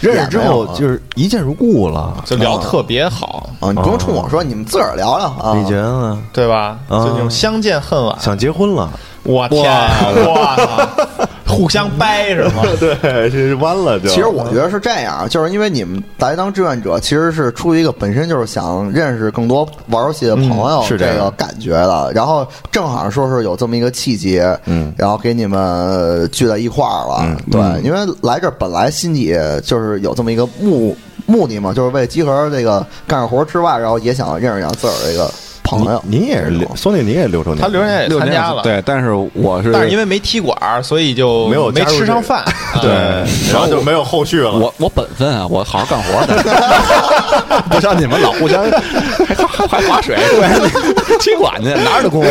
Speaker 1: 认识之后
Speaker 4: 也没有啊
Speaker 1: 就是一见如故了，
Speaker 2: 就聊特别好，
Speaker 4: 啊，你不用冲我说，你们自个儿聊聊啊。
Speaker 1: 李杰恩啊，
Speaker 2: 对吧？
Speaker 1: 啊
Speaker 2: 就那种相见恨晚，
Speaker 1: 想结婚了，
Speaker 2: 我天，我操，互相掰是吗？
Speaker 1: 对，这是弯了就。
Speaker 4: 其实我觉得是这样，啊
Speaker 1: 嗯
Speaker 4: 就是因为你们来当志愿者，其实是出于一个本身就是想认识更多玩游戏的朋友
Speaker 1: 嗯是这样
Speaker 4: 个感觉的，然后正好说是有这么一个契机，
Speaker 1: 嗯
Speaker 4: 然后给你们聚在一块儿了，对，因为来这儿本来心里就是有这么一个目目的嘛，就是为集合这个干活之外，然后也想认识点自个儿这个朋友。
Speaker 1: 您您也是六，兄弟，你也六周年，
Speaker 2: 他刘仁也
Speaker 3: 六
Speaker 2: 参
Speaker 3: 年
Speaker 2: 加了，，
Speaker 3: 对，但是我是，
Speaker 2: 但是因为没踢馆儿，所以就
Speaker 1: 没有
Speaker 2: 没
Speaker 1: 加入
Speaker 2: 吃上饭。
Speaker 1: 对
Speaker 2: 啊，
Speaker 1: 然后就没有后续了。
Speaker 3: 我我本分啊，我好好干活的， <laughs> 不像你们老互相还还还划水，对，踢馆去哪儿的功夫？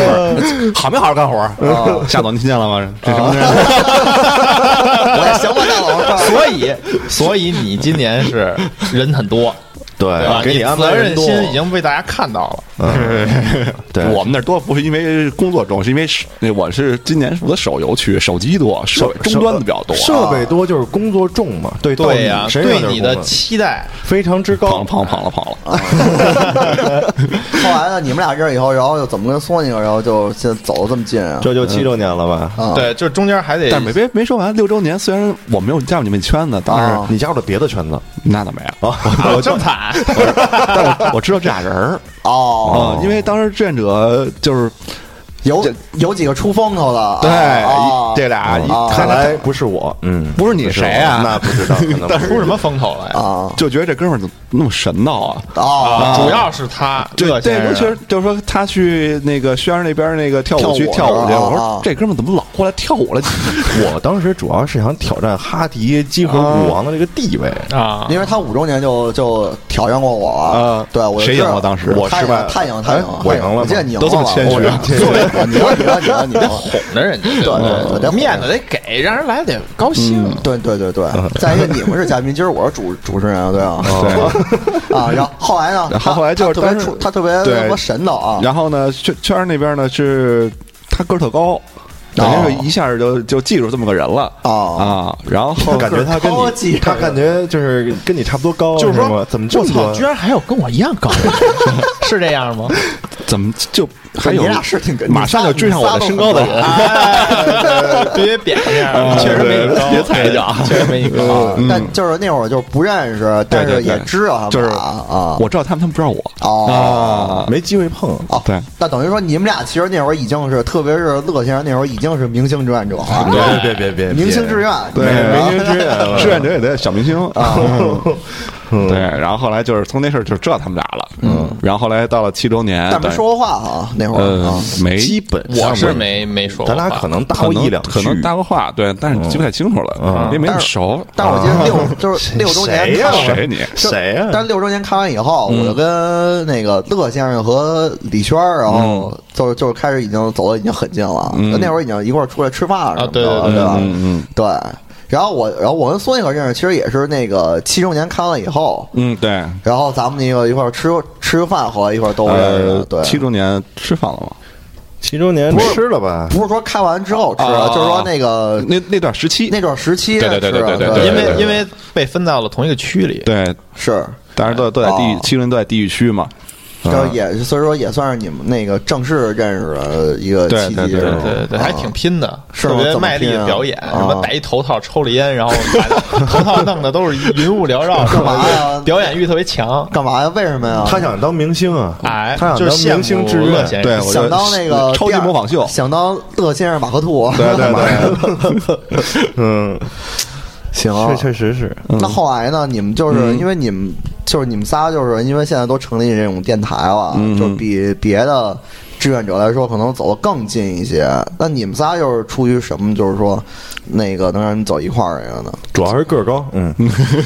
Speaker 3: 好没好好干活？夏总，你听见了吗？这什么人？
Speaker 4: 我也行吧，大佬，
Speaker 2: 所以所以你今年是人很多，对吧？
Speaker 1: 对，给
Speaker 2: 你
Speaker 1: 安
Speaker 2: 责
Speaker 1: 排
Speaker 2: 任
Speaker 1: 人多，
Speaker 2: 心已经被大家看到了，
Speaker 1: 对，
Speaker 3: 我们那儿多不是因为工作中，是因为是那我是今年负责手游区，手机多，手
Speaker 1: 设
Speaker 3: 终端的比较多，
Speaker 1: 设备多就是工作重嘛，对
Speaker 2: 对呀、
Speaker 1: 谁
Speaker 2: 对你的期待，
Speaker 1: 非常之高
Speaker 3: 胖，胖胖了胖了。
Speaker 4: <laughs> 后来呢，你们俩认识以后，然后又怎么跟索尼，然后就现在走的这么近啊？
Speaker 1: 这就七周年了吧？
Speaker 4: 啊，
Speaker 2: 对，就中间还得
Speaker 3: 但是没别没说完，六周年虽然我没有加入你们圈子，但
Speaker 4: 啊
Speaker 3: 是
Speaker 1: 你加入了别的圈子
Speaker 3: 那倒没有，
Speaker 1: 啊？
Speaker 2: 啊这么惨，
Speaker 3: 但我我知道这俩人儿
Speaker 4: 哦，
Speaker 3: 啊，因为当时志愿者就是
Speaker 4: 有
Speaker 3: 这
Speaker 4: 有几个出风头的，
Speaker 3: 对
Speaker 4: 啊
Speaker 3: 这俩一
Speaker 4: 啊
Speaker 1: 嗯看来不是我，嗯，
Speaker 3: 不是你谁啊
Speaker 1: 那不知道，可能
Speaker 2: <laughs>
Speaker 1: 不
Speaker 2: 出
Speaker 1: 是
Speaker 2: 什么风头来？
Speaker 4: 啊
Speaker 3: 就觉得这哥们儿怎么那么神道啊？
Speaker 4: 啊
Speaker 2: 啊，主要是他乐先
Speaker 3: 对对，
Speaker 2: 生
Speaker 3: 尤其是就是说他去那个轩儿那边那个跳舞区
Speaker 4: 跳
Speaker 3: 跳
Speaker 4: 舞
Speaker 3: 舞去，哎
Speaker 4: 啊
Speaker 3: 我
Speaker 4: 啊
Speaker 3: 说这哥们儿怎么老过来跳舞了？
Speaker 1: 我当时主要是想挑战哈迪集合舞王的这个地位，
Speaker 2: 啊，
Speaker 4: 因为他五周年就就挑战过我了
Speaker 3: 啊，
Speaker 4: 对我
Speaker 3: 谁赢了当时
Speaker 4: 我
Speaker 1: 我
Speaker 4: 他
Speaker 1: 失
Speaker 4: 赢
Speaker 1: 败了
Speaker 4: 他赢他赢
Speaker 1: 哎，我
Speaker 4: 他
Speaker 1: 赢了
Speaker 4: 我记得
Speaker 1: 吗
Speaker 4: 你赢
Speaker 3: 都这么
Speaker 4: 了吧
Speaker 3: 谦虚 <laughs>
Speaker 4: 我
Speaker 3: 啊
Speaker 4: 对你赢了你赢了你
Speaker 3: <laughs>
Speaker 4: 赢了你赢了。
Speaker 2: 哄着人家，对
Speaker 4: 对对
Speaker 2: 不
Speaker 4: 对得哄
Speaker 2: 面子得给，让人来得高兴。
Speaker 4: 嗯
Speaker 3: 嗯
Speaker 4: 对对对对，再一个你们是嘉宾，今儿我是主主持人 <laughs> 啊，
Speaker 3: <laughs>
Speaker 4: 对啊，啊，然后后来呢？
Speaker 3: 哦然后后来
Speaker 4: 他
Speaker 3: 就是
Speaker 4: 他特别
Speaker 3: 当时
Speaker 4: 出，他特别
Speaker 3: 对
Speaker 4: 他妈神的啊，
Speaker 3: 然后呢，圈圈儿那边呢是他个儿特高，
Speaker 4: 哦
Speaker 3: 等于是一下就就记住这么个人了
Speaker 4: 哦
Speaker 3: 啊。然后
Speaker 1: 我感觉他跟
Speaker 4: 高级
Speaker 1: 你，他感觉就是跟你差不多高，
Speaker 2: 就是
Speaker 1: 是吗
Speaker 2: 说，
Speaker 1: 怎么这
Speaker 2: 我
Speaker 1: 么
Speaker 2: 操，
Speaker 1: 多
Speaker 2: 居？然还有跟我一样高的， <laughs> 是这样吗？
Speaker 3: 怎么就还有
Speaker 4: 你俩是挺跟
Speaker 3: 马上就追上我的身高的人，
Speaker 2: 别扁这样，确实没你高，
Speaker 3: 别踩一脚。
Speaker 2: 确实没你高。
Speaker 4: 嗯但就是那会儿就不认识，但是
Speaker 3: 对
Speaker 4: 也知道他们
Speaker 3: 就是
Speaker 4: 俩啊，
Speaker 3: 我知道他们，他们不知道我
Speaker 4: 哦。
Speaker 3: 啊。
Speaker 1: 没机会碰，
Speaker 4: 哦，
Speaker 3: 对，
Speaker 4: 那等于说你们俩其实那会儿已经是，特别是乐先生那会儿已经是明星志愿者了，
Speaker 1: 别别别别，
Speaker 4: 明星志愿，
Speaker 3: 对，
Speaker 4: 然后
Speaker 3: 明星 <laughs> 志愿，志愿者也得小明星啊。对，然后后来就是从那事儿就知道他们俩了，嗯，然后后来到了七周年，
Speaker 4: 但没说过话哈，那会儿
Speaker 3: 呃
Speaker 4: 啊，
Speaker 3: 没
Speaker 1: 基本上
Speaker 2: 我是没没说过
Speaker 1: 咱
Speaker 2: 话，
Speaker 1: 俩可能搭
Speaker 3: 可
Speaker 1: 过
Speaker 3: 能
Speaker 1: 一两句，
Speaker 3: 可能搭过话，对，但是记不太清楚了，因为没那么熟。
Speaker 4: 但我记得六就是六周年
Speaker 1: 谁哎呀我
Speaker 4: 看
Speaker 3: 啊谁你
Speaker 4: 就
Speaker 1: 谁呀？
Speaker 4: 但是六周年看完以后，我就跟那个乐先生和李轩儿，然后
Speaker 3: 嗯
Speaker 4: 就就是开始已经走的已经很近了。那会儿已经一块儿出来吃饭了什么的
Speaker 2: 啊
Speaker 4: 了，
Speaker 2: 对对对
Speaker 4: 吧？
Speaker 3: 嗯
Speaker 4: 对。然后我，然后我跟孙一哥认识，其实也是那个七周年看完以后，
Speaker 3: 嗯，对，
Speaker 4: 然后咱们那个一块儿吃吃个饭，后来一块儿都认识
Speaker 3: 呃
Speaker 4: 的。，对，
Speaker 3: 七周年吃饭了吗？
Speaker 1: 七周年
Speaker 4: 不是
Speaker 1: 吃了吧？
Speaker 4: 不是说看完之后吃
Speaker 3: 啊
Speaker 4: 的，
Speaker 3: 啊
Speaker 4: 就是说那个
Speaker 3: 那那段时期，
Speaker 4: 呃那段时期吃的，啊
Speaker 3: 对对对对对对
Speaker 2: 因为
Speaker 3: 对啊
Speaker 2: 因为被分到了同一个区里，
Speaker 3: 对，
Speaker 4: 是，
Speaker 3: 当然都都在
Speaker 4: 哦
Speaker 3: 地，七周年都在地域区嘛，
Speaker 4: 然后也所以说也算是你们那个正式认识的一个
Speaker 3: 对
Speaker 4: 契
Speaker 3: 对
Speaker 4: 机，
Speaker 3: 对
Speaker 4: 啊是
Speaker 2: 对
Speaker 4: 吗
Speaker 2: 对对对，还挺拼的，
Speaker 4: 是吗
Speaker 2: 特别卖力
Speaker 4: 怎么拼
Speaker 2: 的
Speaker 4: 啊
Speaker 2: 表演，
Speaker 4: 啊
Speaker 2: 什么戴一头套抽了烟，然后把头套弄的都是云雾缭绕，
Speaker 4: 干嘛呀
Speaker 2: 表演欲特别强，
Speaker 4: 干嘛呀？为什么呀？
Speaker 1: 他想当明星啊，
Speaker 2: 哎，
Speaker 1: 他想
Speaker 2: 就
Speaker 1: 当
Speaker 2: 是羡
Speaker 1: 明星
Speaker 2: 慕
Speaker 1: 志
Speaker 2: 乐
Speaker 1: 愿，
Speaker 2: 先
Speaker 3: 对
Speaker 2: 生，
Speaker 3: 我
Speaker 4: 哎想
Speaker 3: 就
Speaker 4: 当那个
Speaker 3: 超级
Speaker 4: 第二
Speaker 3: 模仿秀
Speaker 4: 想当乐先生马克吐。
Speaker 3: 对对对，
Speaker 1: <laughs> 嗯，
Speaker 4: 行
Speaker 1: 这确实是，
Speaker 3: 嗯
Speaker 4: 那后来呢？你们就是因为你们就是你们仨，就是因为现在都成立这种电台了，
Speaker 3: 嗯
Speaker 4: 就比别的志愿者来说，可能走得更近一些。那你们仨又是出于什么？就是说，那个能让你走一块儿去的呢？ <laughs>
Speaker 1: 主要是个儿高，嗯，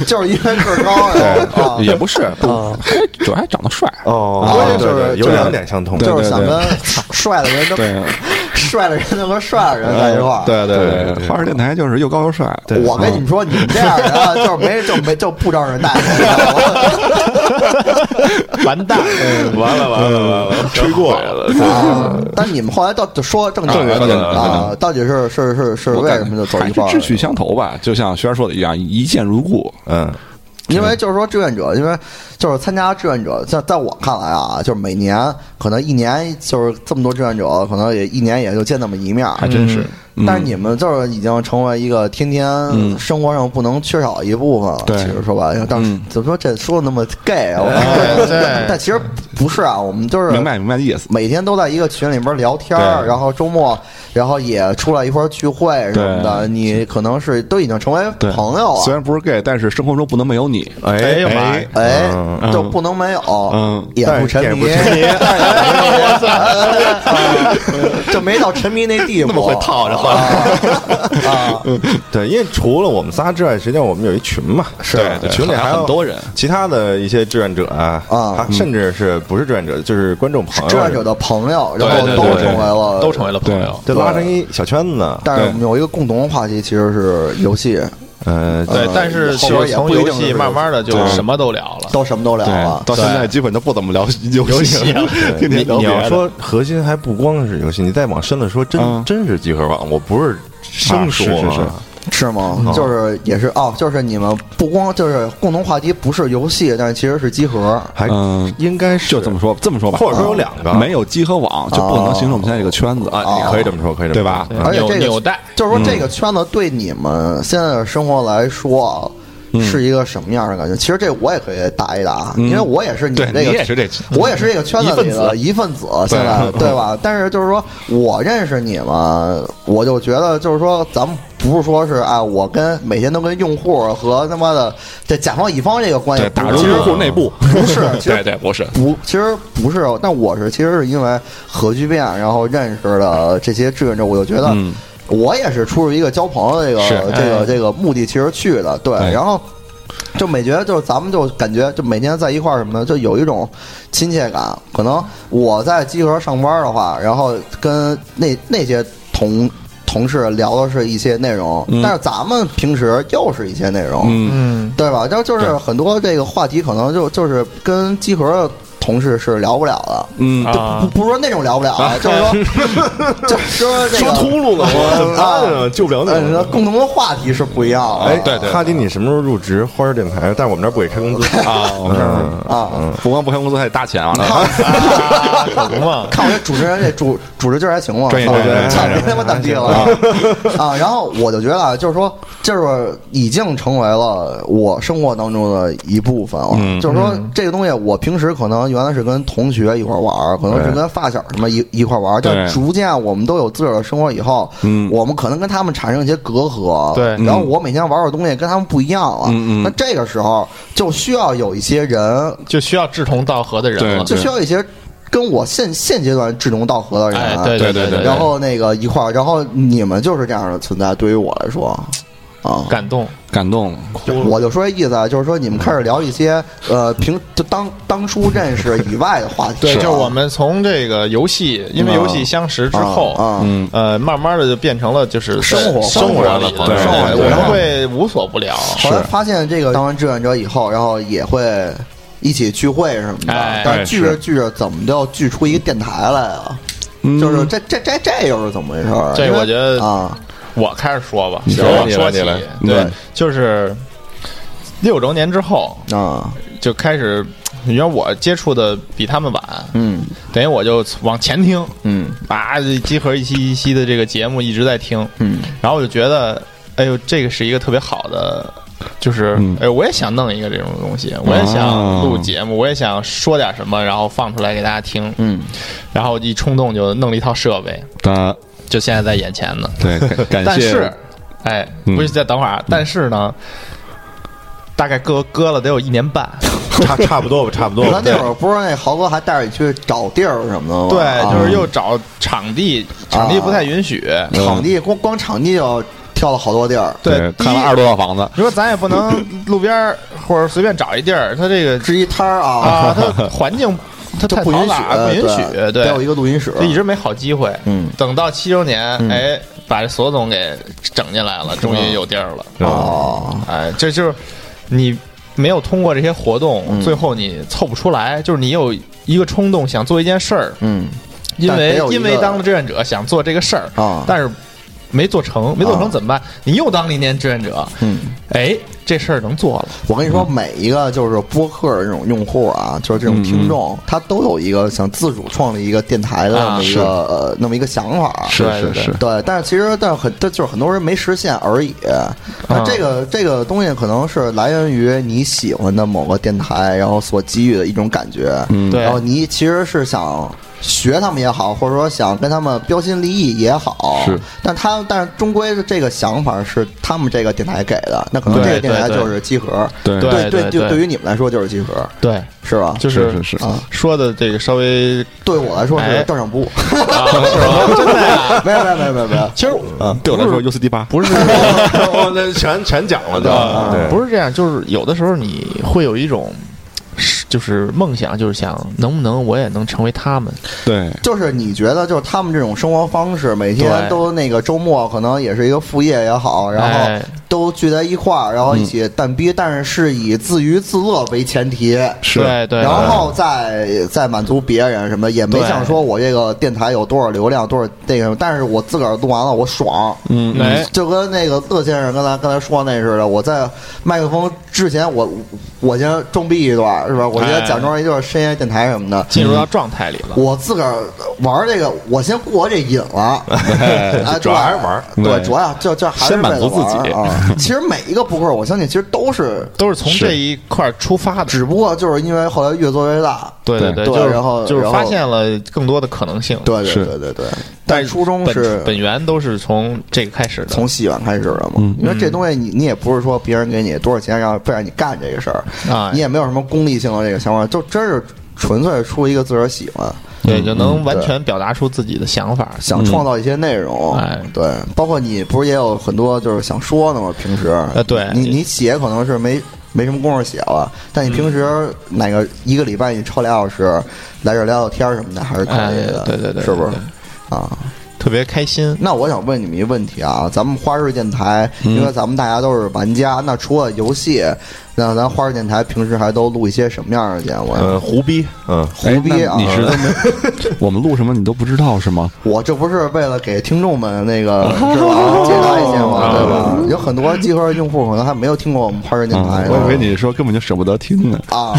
Speaker 4: 就是因为个儿高呀，啊
Speaker 3: 也
Speaker 4: <laughs>
Speaker 3: 不是，不还主要还长得帅，
Speaker 1: 哦，
Speaker 4: 对
Speaker 1: 对
Speaker 4: 就是
Speaker 1: 对，有两点相通，
Speaker 3: 对
Speaker 4: 就是想跟 <laughs> 帅的人都
Speaker 3: 对啊
Speaker 4: <laughs> 帅的人能和帅的人在一块儿。
Speaker 3: 对
Speaker 1: 哎对对对
Speaker 3: 花儿电台就是又高又帅，
Speaker 1: 对
Speaker 4: 我跟你们说，你们这样的人啊，就是没就没就不招人待见
Speaker 3: <laughs>
Speaker 4: 你知道吗。
Speaker 2: 完蛋，
Speaker 1: 完了完了完了，嗯吹过来了，
Speaker 4: 啊！但你们后来到底说正经
Speaker 3: 正经
Speaker 4: 的
Speaker 3: 正经
Speaker 4: 啊，到底是是是是
Speaker 3: 我
Speaker 4: 为
Speaker 3: 感
Speaker 4: 什
Speaker 3: 觉
Speaker 4: 么就走
Speaker 3: 还
Speaker 4: 一
Speaker 3: 是
Speaker 4: 块儿
Speaker 3: 志？趣相投吧，就像轩儿说的一样，一见如故，
Speaker 1: 嗯，
Speaker 4: 因为就是说志愿者，因为就是参加志愿者，在在我看来啊，就是每年可能一年就是这么多志愿者，可能也一年也就见那么一面儿。
Speaker 3: 还真是。嗯
Speaker 4: 但是你们就是已经成为一个天天生活上不能缺少的一部分了。
Speaker 3: 对
Speaker 4: 其实说白了，但是
Speaker 3: 嗯
Speaker 4: 怎么说这说的那么 gay 啊？我
Speaker 2: 对对
Speaker 4: 但其实不是啊，我们就是
Speaker 3: 明白明白意思，
Speaker 4: 每天都在一个群里边聊天儿，
Speaker 3: 对
Speaker 4: 然后周末，然后也出来一块儿聚会什么的。你可能是都已经成为
Speaker 3: 对，
Speaker 4: 朋友啊
Speaker 3: 虽
Speaker 4: 了，
Speaker 3: 然不是 gay，但是生活中不能没有你。
Speaker 2: 哎
Speaker 1: 哎
Speaker 2: 呀妈呀
Speaker 1: 哎，
Speaker 4: 哎，
Speaker 1: 嗯
Speaker 4: 就不能没有，
Speaker 3: 嗯
Speaker 4: 也
Speaker 1: 但
Speaker 4: 不
Speaker 1: 是
Speaker 4: 沉
Speaker 1: 也
Speaker 4: 迷，
Speaker 1: 不沉迷
Speaker 4: 迷 <laughs> 就没到沉迷那地步。那么会套着啊
Speaker 1: <laughs>
Speaker 4: 啊！
Speaker 1: 对，因为除了我们仨之外，实际上我们有一群嘛，
Speaker 4: 是
Speaker 3: 对对
Speaker 1: 群里
Speaker 3: 还
Speaker 1: 有
Speaker 3: 很多人
Speaker 1: 其他的一些志愿者啊，
Speaker 4: 啊
Speaker 1: 他甚至是不是志愿者，就是观众朋友，
Speaker 4: 志愿者的朋友，然
Speaker 2: 对
Speaker 4: 后
Speaker 2: 对对
Speaker 4: 都
Speaker 2: 对
Speaker 4: 成为了，
Speaker 2: 都成为了朋友，
Speaker 1: 就拉成一小圈子，
Speaker 4: 但是我们有一个共同的话题，其实是游戏。
Speaker 1: 呃，
Speaker 2: 对，但是
Speaker 4: 后边
Speaker 2: 就
Speaker 4: 也
Speaker 2: 从
Speaker 4: 不一
Speaker 2: 游
Speaker 4: 定
Speaker 2: 戏
Speaker 4: 是
Speaker 2: 慢慢的就
Speaker 3: 对
Speaker 2: 什么都聊了。
Speaker 4: 都什么都聊了。
Speaker 3: 到现在基本都不怎么聊游戏了， <laughs> 天
Speaker 1: 你
Speaker 3: 天聊
Speaker 1: 你
Speaker 3: 别
Speaker 1: 要
Speaker 3: 的
Speaker 1: 说核心还不光是游戏，你再往深了说，真、
Speaker 3: 嗯
Speaker 1: 真是集合网，我不是生说、
Speaker 3: 啊是是是
Speaker 4: 是吗？就是也是哦，就是你们不光就是共同话题不是游戏，但是其实是集合。
Speaker 1: 还
Speaker 3: 嗯
Speaker 1: 应该是
Speaker 3: 就这么说，这么说吧，啊
Speaker 1: 或者说有两个
Speaker 3: 没有集合网就不能形成我们现在这个圈子
Speaker 1: 啊，你可以这么说，可以这么说，
Speaker 3: 对吧
Speaker 1: 嗯
Speaker 4: 而且
Speaker 2: 纽
Speaker 4: 这个
Speaker 2: 纽带
Speaker 4: 就是说这个圈子对你们现在的生活来说。是一个什么样的感觉？其实这我也可以答一答，因为我也是你
Speaker 3: 对
Speaker 4: 这个，
Speaker 3: 你也是这
Speaker 4: 我也是这个圈子里的一份子，现在对吧？但是就是说我认识你们，我就觉得就是说，咱们不是说是哎，我跟每天都跟用户和他妈的这甲方乙方这个关系
Speaker 3: 对，打
Speaker 4: 不
Speaker 3: 入
Speaker 4: 是
Speaker 3: 用户内部，
Speaker 4: 不
Speaker 3: <laughs>
Speaker 4: 是其实哦
Speaker 3: 对对，不是，
Speaker 4: 不，其实不是，哦但我是其实是因为核聚变，然后认识了这些志愿者，我就觉得
Speaker 3: 嗯
Speaker 4: 我也是出于一个交朋友的这
Speaker 3: 是哎
Speaker 4: 个这个这个目的，其实去的对，
Speaker 3: 对
Speaker 4: 然后。就每觉得就是咱们就感觉就每天在一块儿什么的，就有一种亲切感。可能我在集合上班的话，然后跟那那些同同事聊的是一些内容，但是咱们平时又是一些内容。
Speaker 3: 嗯，
Speaker 2: 嗯，
Speaker 4: 对吧？就就是很多这个话题，可能就就是跟集合的同事是聊不了的。
Speaker 3: 嗯
Speaker 4: 就
Speaker 2: 啊
Speaker 4: 不不是说那种聊不了啊，就
Speaker 1: <laughs>
Speaker 4: 是说，就是说这
Speaker 1: 说
Speaker 4: 个
Speaker 1: 秃噜了，我
Speaker 4: 啊
Speaker 3: 哎
Speaker 1: 啊，救不了你
Speaker 4: 呃，
Speaker 1: 了。
Speaker 4: 共同的话题是不一样的。
Speaker 1: 哎，
Speaker 3: 对对
Speaker 1: 哈迪，你什么时候入职花儿电台？但是我们这儿不给开工资
Speaker 3: 啊，我们这儿
Speaker 1: 嗯
Speaker 4: 啊，
Speaker 3: 不光不开工资还得搭钱啊，
Speaker 2: 啊可不嘛，
Speaker 4: 看我这主持人这主主持劲儿还行吗？
Speaker 3: 专业
Speaker 4: 操
Speaker 3: 专业
Speaker 4: 操别他妈蛋逼了啊！啊，然后我就觉得啊，就是说，就是已经成为了我生活当中的一部分了。
Speaker 3: 嗯
Speaker 4: 就是说，这个东西我平时可能原来是跟同学一块儿玩儿，可能是
Speaker 1: 对
Speaker 4: 跟发小什么一一块儿玩儿，但
Speaker 3: 对
Speaker 4: 逐渐我们都有自个儿的生活以后，
Speaker 3: 嗯
Speaker 4: 我们可能跟他们产生一些隔阂。
Speaker 2: 对
Speaker 4: 然后我每天玩儿的东西跟他们不一样了。
Speaker 3: 嗯嗯
Speaker 4: 那这个时候就需要有一些人
Speaker 2: 就需要志同道合的人了。
Speaker 4: 就
Speaker 3: 对
Speaker 4: 需要一些跟我现现阶段志同道合的人，啊
Speaker 2: 哎，对
Speaker 3: 对
Speaker 2: 对
Speaker 3: 对对
Speaker 4: 然后那个一块儿，然后你们就是这样的存在，对于我来说，啊。
Speaker 2: 感动
Speaker 3: 感动了，
Speaker 2: 哭了。
Speaker 4: 我就说这意思啊，就是说你们开始聊一些呃平就当当初认识以外的话题
Speaker 2: 对，
Speaker 4: 了，
Speaker 2: 就是我们从这个游戏，因为游戏相识之
Speaker 4: 啊
Speaker 2: 后，
Speaker 4: 啊，
Speaker 3: 嗯，
Speaker 2: 呃，慢慢的就变成了就是在
Speaker 4: 生活
Speaker 2: 生活
Speaker 1: 上的
Speaker 2: 里
Speaker 1: 朋
Speaker 2: 对
Speaker 1: 友
Speaker 2: 对
Speaker 4: 对
Speaker 2: 我
Speaker 4: 然
Speaker 2: 们
Speaker 4: 后
Speaker 2: 会无所不聊。
Speaker 4: 后来发现这个当完志愿者以后，然后也会一起聚会什么的，
Speaker 2: 哎
Speaker 4: 但是聚着
Speaker 3: 是
Speaker 4: 聚着怎么就聚出一个电台来啊？就是这这这这又是怎么回事儿？
Speaker 2: 这
Speaker 4: 因为
Speaker 2: 嗯我觉得
Speaker 4: 啊，
Speaker 2: 我开始说吧，
Speaker 1: 行
Speaker 2: 由我
Speaker 1: 你来
Speaker 2: 说
Speaker 1: 你
Speaker 2: 起
Speaker 1: 来，
Speaker 2: 对
Speaker 4: 嗯，
Speaker 2: 就是六周年之后
Speaker 4: 啊，
Speaker 2: 就开始，因为我接触的比他们晚，
Speaker 4: 嗯
Speaker 2: 等于我就往前听，
Speaker 4: 嗯
Speaker 2: 啊，集合一期一期的这个节目一直在听，
Speaker 4: 嗯，
Speaker 2: 然后我就觉得，哎呦，这个是一个特别好的，就是，
Speaker 3: 嗯啊
Speaker 2: 哎，我也想弄一个这种东西，我也想录节目，我也想说点什么，然后放出来给大家听，
Speaker 4: 嗯，
Speaker 2: 然后一冲动就弄了一套设备，
Speaker 3: 的
Speaker 2: 就现在在眼前呢。
Speaker 3: 对，感感
Speaker 2: 但是
Speaker 3: 谢，，
Speaker 2: 哎，
Speaker 3: 嗯
Speaker 2: 不是，再等会儿啊，但是呢，大概搁搁了得有一年半，
Speaker 1: 差 <laughs> 差不多吧，差不多吧。
Speaker 4: 咱那会儿不是那豪哥还带着你去找地儿什么的吗？
Speaker 2: 对，就是又找场地，场地不太允许，
Speaker 4: 啊场地，光光场地就挑了好多地儿，
Speaker 2: 对，第一
Speaker 3: 看了二十多套房子，
Speaker 2: 如果咱也不能路边儿或者随便找一地儿，它
Speaker 4: <laughs>
Speaker 2: 这个
Speaker 4: 支一摊儿啊，
Speaker 2: 啊，它环境它
Speaker 4: 就
Speaker 2: 太
Speaker 4: 不允
Speaker 2: 嘈
Speaker 4: 许呃
Speaker 2: 杂，，不允许，
Speaker 4: 得有一
Speaker 2: 对，
Speaker 4: 个录音室，
Speaker 2: 就一直没好机会。
Speaker 4: 嗯
Speaker 2: 等到七周年，
Speaker 4: 嗯
Speaker 2: 哎，把这索总给整进来了，终于有地儿了。
Speaker 3: 啊
Speaker 4: 哦，
Speaker 2: 哎，这就是你没有通过这些活动，
Speaker 4: 嗯
Speaker 2: 最后你凑不出来，就是你有一个冲动想做一件事儿，
Speaker 4: 嗯
Speaker 2: 因
Speaker 4: 但得
Speaker 2: 为
Speaker 4: 有一
Speaker 2: 因为
Speaker 4: 个
Speaker 2: 当了志愿者想做这个事儿，
Speaker 4: 啊，
Speaker 2: 但是没做成，没做
Speaker 4: 啊
Speaker 2: 成怎么办？你又当了一年志愿者，
Speaker 4: 嗯，
Speaker 2: 哎，这事儿能做了。
Speaker 4: 我跟你说，每一个就是播客这种用户啊，就是这种听众，他都有一个想自主创立一个电台的那么一个呃那么一个想法，
Speaker 3: 是
Speaker 2: 对对
Speaker 3: 是
Speaker 2: 对
Speaker 3: 是，
Speaker 4: 对，但是其实，但是很，但就是很多人没实现而已。那这个、这个东西可能是来源于你喜欢的某个电台，然后所给予的一种感觉。嗯
Speaker 2: 对
Speaker 4: 然后你其实是想学他们也好，或者说想跟他们标新立异也好，
Speaker 3: 是。
Speaker 4: 但他但是终归这个想法是他们这个电台给的，那可能这
Speaker 2: 对
Speaker 4: 个电台
Speaker 2: 对对
Speaker 4: 就是集合。
Speaker 3: 对
Speaker 2: 对
Speaker 4: 对
Speaker 2: 对
Speaker 4: 对，
Speaker 2: 对
Speaker 4: 对于你们来说就是集合，
Speaker 2: 对，
Speaker 4: 是吧？
Speaker 2: 就是
Speaker 3: 是是
Speaker 4: 啊，
Speaker 2: 说的这个稍微
Speaker 4: 对我来说是
Speaker 2: 哎
Speaker 4: 照相部， <laughs>
Speaker 2: 啊，真的呀。
Speaker 4: 没有没有没有没有没有，
Speaker 2: 其实
Speaker 3: 嗯，对我来说 U C D 八
Speaker 2: 不是
Speaker 1: 我哦那全全讲了，
Speaker 2: 啊
Speaker 1: 对，
Speaker 2: 不是这样，就是有的时候你会有一种。是就是梦想，就是想能不能我也能成为他们。
Speaker 3: 对，
Speaker 4: 就是你觉得，就是他们这种生活方式，每
Speaker 2: 对
Speaker 4: 天都那个周末可能也是一个副业也好，然后
Speaker 2: 哎
Speaker 4: 对都聚在一块儿，然后一起蛋逼，但是是以自娱自乐为前提。
Speaker 3: 是
Speaker 2: 对对，
Speaker 4: 然后再再满足别人什么，也没
Speaker 2: 对
Speaker 4: 想说我这个电台有多少流量，多少那个什么，但是我自个儿录完了我爽，
Speaker 3: 嗯，嗯
Speaker 2: 哎，
Speaker 4: 就跟那个乐先生刚才刚才说那似的，我在麦克风之前我，我先装逼一段是吧？我先
Speaker 2: 哎
Speaker 4: 假装一段深夜电台什么的，
Speaker 2: 进入到状态里了。
Speaker 4: 我自个儿玩这个，我先过这瘾了。哎，
Speaker 1: 主要还是玩儿
Speaker 4: 对，
Speaker 3: 对
Speaker 4: 主要就就还是
Speaker 3: 先满足
Speaker 4: 为了玩儿
Speaker 3: 自己
Speaker 4: 啊。其实每一个扑克，我相信其实都是，
Speaker 2: 都是从这一块儿出发的，
Speaker 4: 只不过就是因为后来越做越大，
Speaker 2: 对对，
Speaker 4: 对
Speaker 2: 就是
Speaker 4: 然后
Speaker 2: 就是
Speaker 4: 然后
Speaker 2: 发现了更多的可能性。
Speaker 4: 对对
Speaker 3: 是
Speaker 4: 对对对。
Speaker 2: 但
Speaker 4: 但初衷
Speaker 2: 本
Speaker 4: 是
Speaker 2: 本源都是从这个开始的，
Speaker 4: 从喜欢开始的嘛。因为这东西你你也不是说别人给你多少钱让非让你干这个事儿，
Speaker 2: 啊
Speaker 4: 你也没有什么功利性的这个想法，就真是纯粹出一个自个儿喜欢，
Speaker 2: 对，就能
Speaker 4: 嗯
Speaker 2: 完全表达出自己的想法。
Speaker 4: 想创造一些内容。
Speaker 2: 哎
Speaker 4: 对，包括你不是也有很多就是想说的吗？平时
Speaker 2: 呃对
Speaker 4: 你你写可能是没。没什么功夫写了，但你平时
Speaker 2: 嗯
Speaker 4: 哪个一个礼拜你抽俩小时来这儿聊聊天儿什么的，还是可以的，
Speaker 2: 哎对对对
Speaker 4: 是不是
Speaker 2: 对对
Speaker 4: 啊？
Speaker 2: 特别开
Speaker 4: <laughs>
Speaker 2: 心。
Speaker 4: 那我想问你们一个问题啊，咱们花式电台，
Speaker 2: 嗯
Speaker 4: 因为咱们大家都是玩家，那除了游戏，那咱花式电台平时还都录一些什么样的节目呀？
Speaker 1: 呃，胡逼，嗯，
Speaker 4: 胡逼啊！
Speaker 3: 哎那你是都没，我们录什么你都不知道是吗？
Speaker 4: 我这不是为了给听众们那个是吧，解答一些嘛，对吧？有很多集合用户可能还没有听过我们花式电台
Speaker 3: 啊，
Speaker 4: 呢。
Speaker 3: 我以为你说根本就舍不得听呢。
Speaker 4: 啊，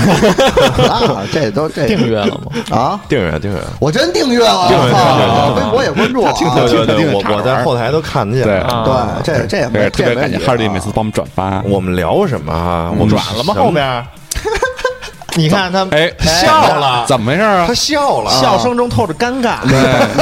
Speaker 4: <laughs> 那这都这
Speaker 2: 订阅了吗？
Speaker 4: 啊，
Speaker 1: 订阅订阅。
Speaker 4: 我真订阅了，
Speaker 1: 订阅
Speaker 4: 操
Speaker 1: 订阅
Speaker 4: 微博也关注啊。
Speaker 1: 对对
Speaker 3: 订阅
Speaker 1: 对，我
Speaker 3: 查着
Speaker 1: 我
Speaker 3: 玩
Speaker 1: 在
Speaker 3: 儿
Speaker 1: 后台都看得见。
Speaker 3: 对
Speaker 2: 啊
Speaker 4: 对，这这也没
Speaker 3: <laughs> 对，特
Speaker 4: 这也
Speaker 3: 别
Speaker 4: 没
Speaker 3: 感谢
Speaker 4: 理由啊
Speaker 3: 哈利每次帮我们转发，
Speaker 1: 我们聊什么啊？我们
Speaker 3: 嗯转
Speaker 2: 晚了吗？后边
Speaker 4: <laughs>
Speaker 2: 儿，你看他
Speaker 3: 哎
Speaker 2: 笑了，
Speaker 3: 怎么回事啊
Speaker 1: 他？笑了，
Speaker 2: 笑声中透着尴尬。
Speaker 4: 啊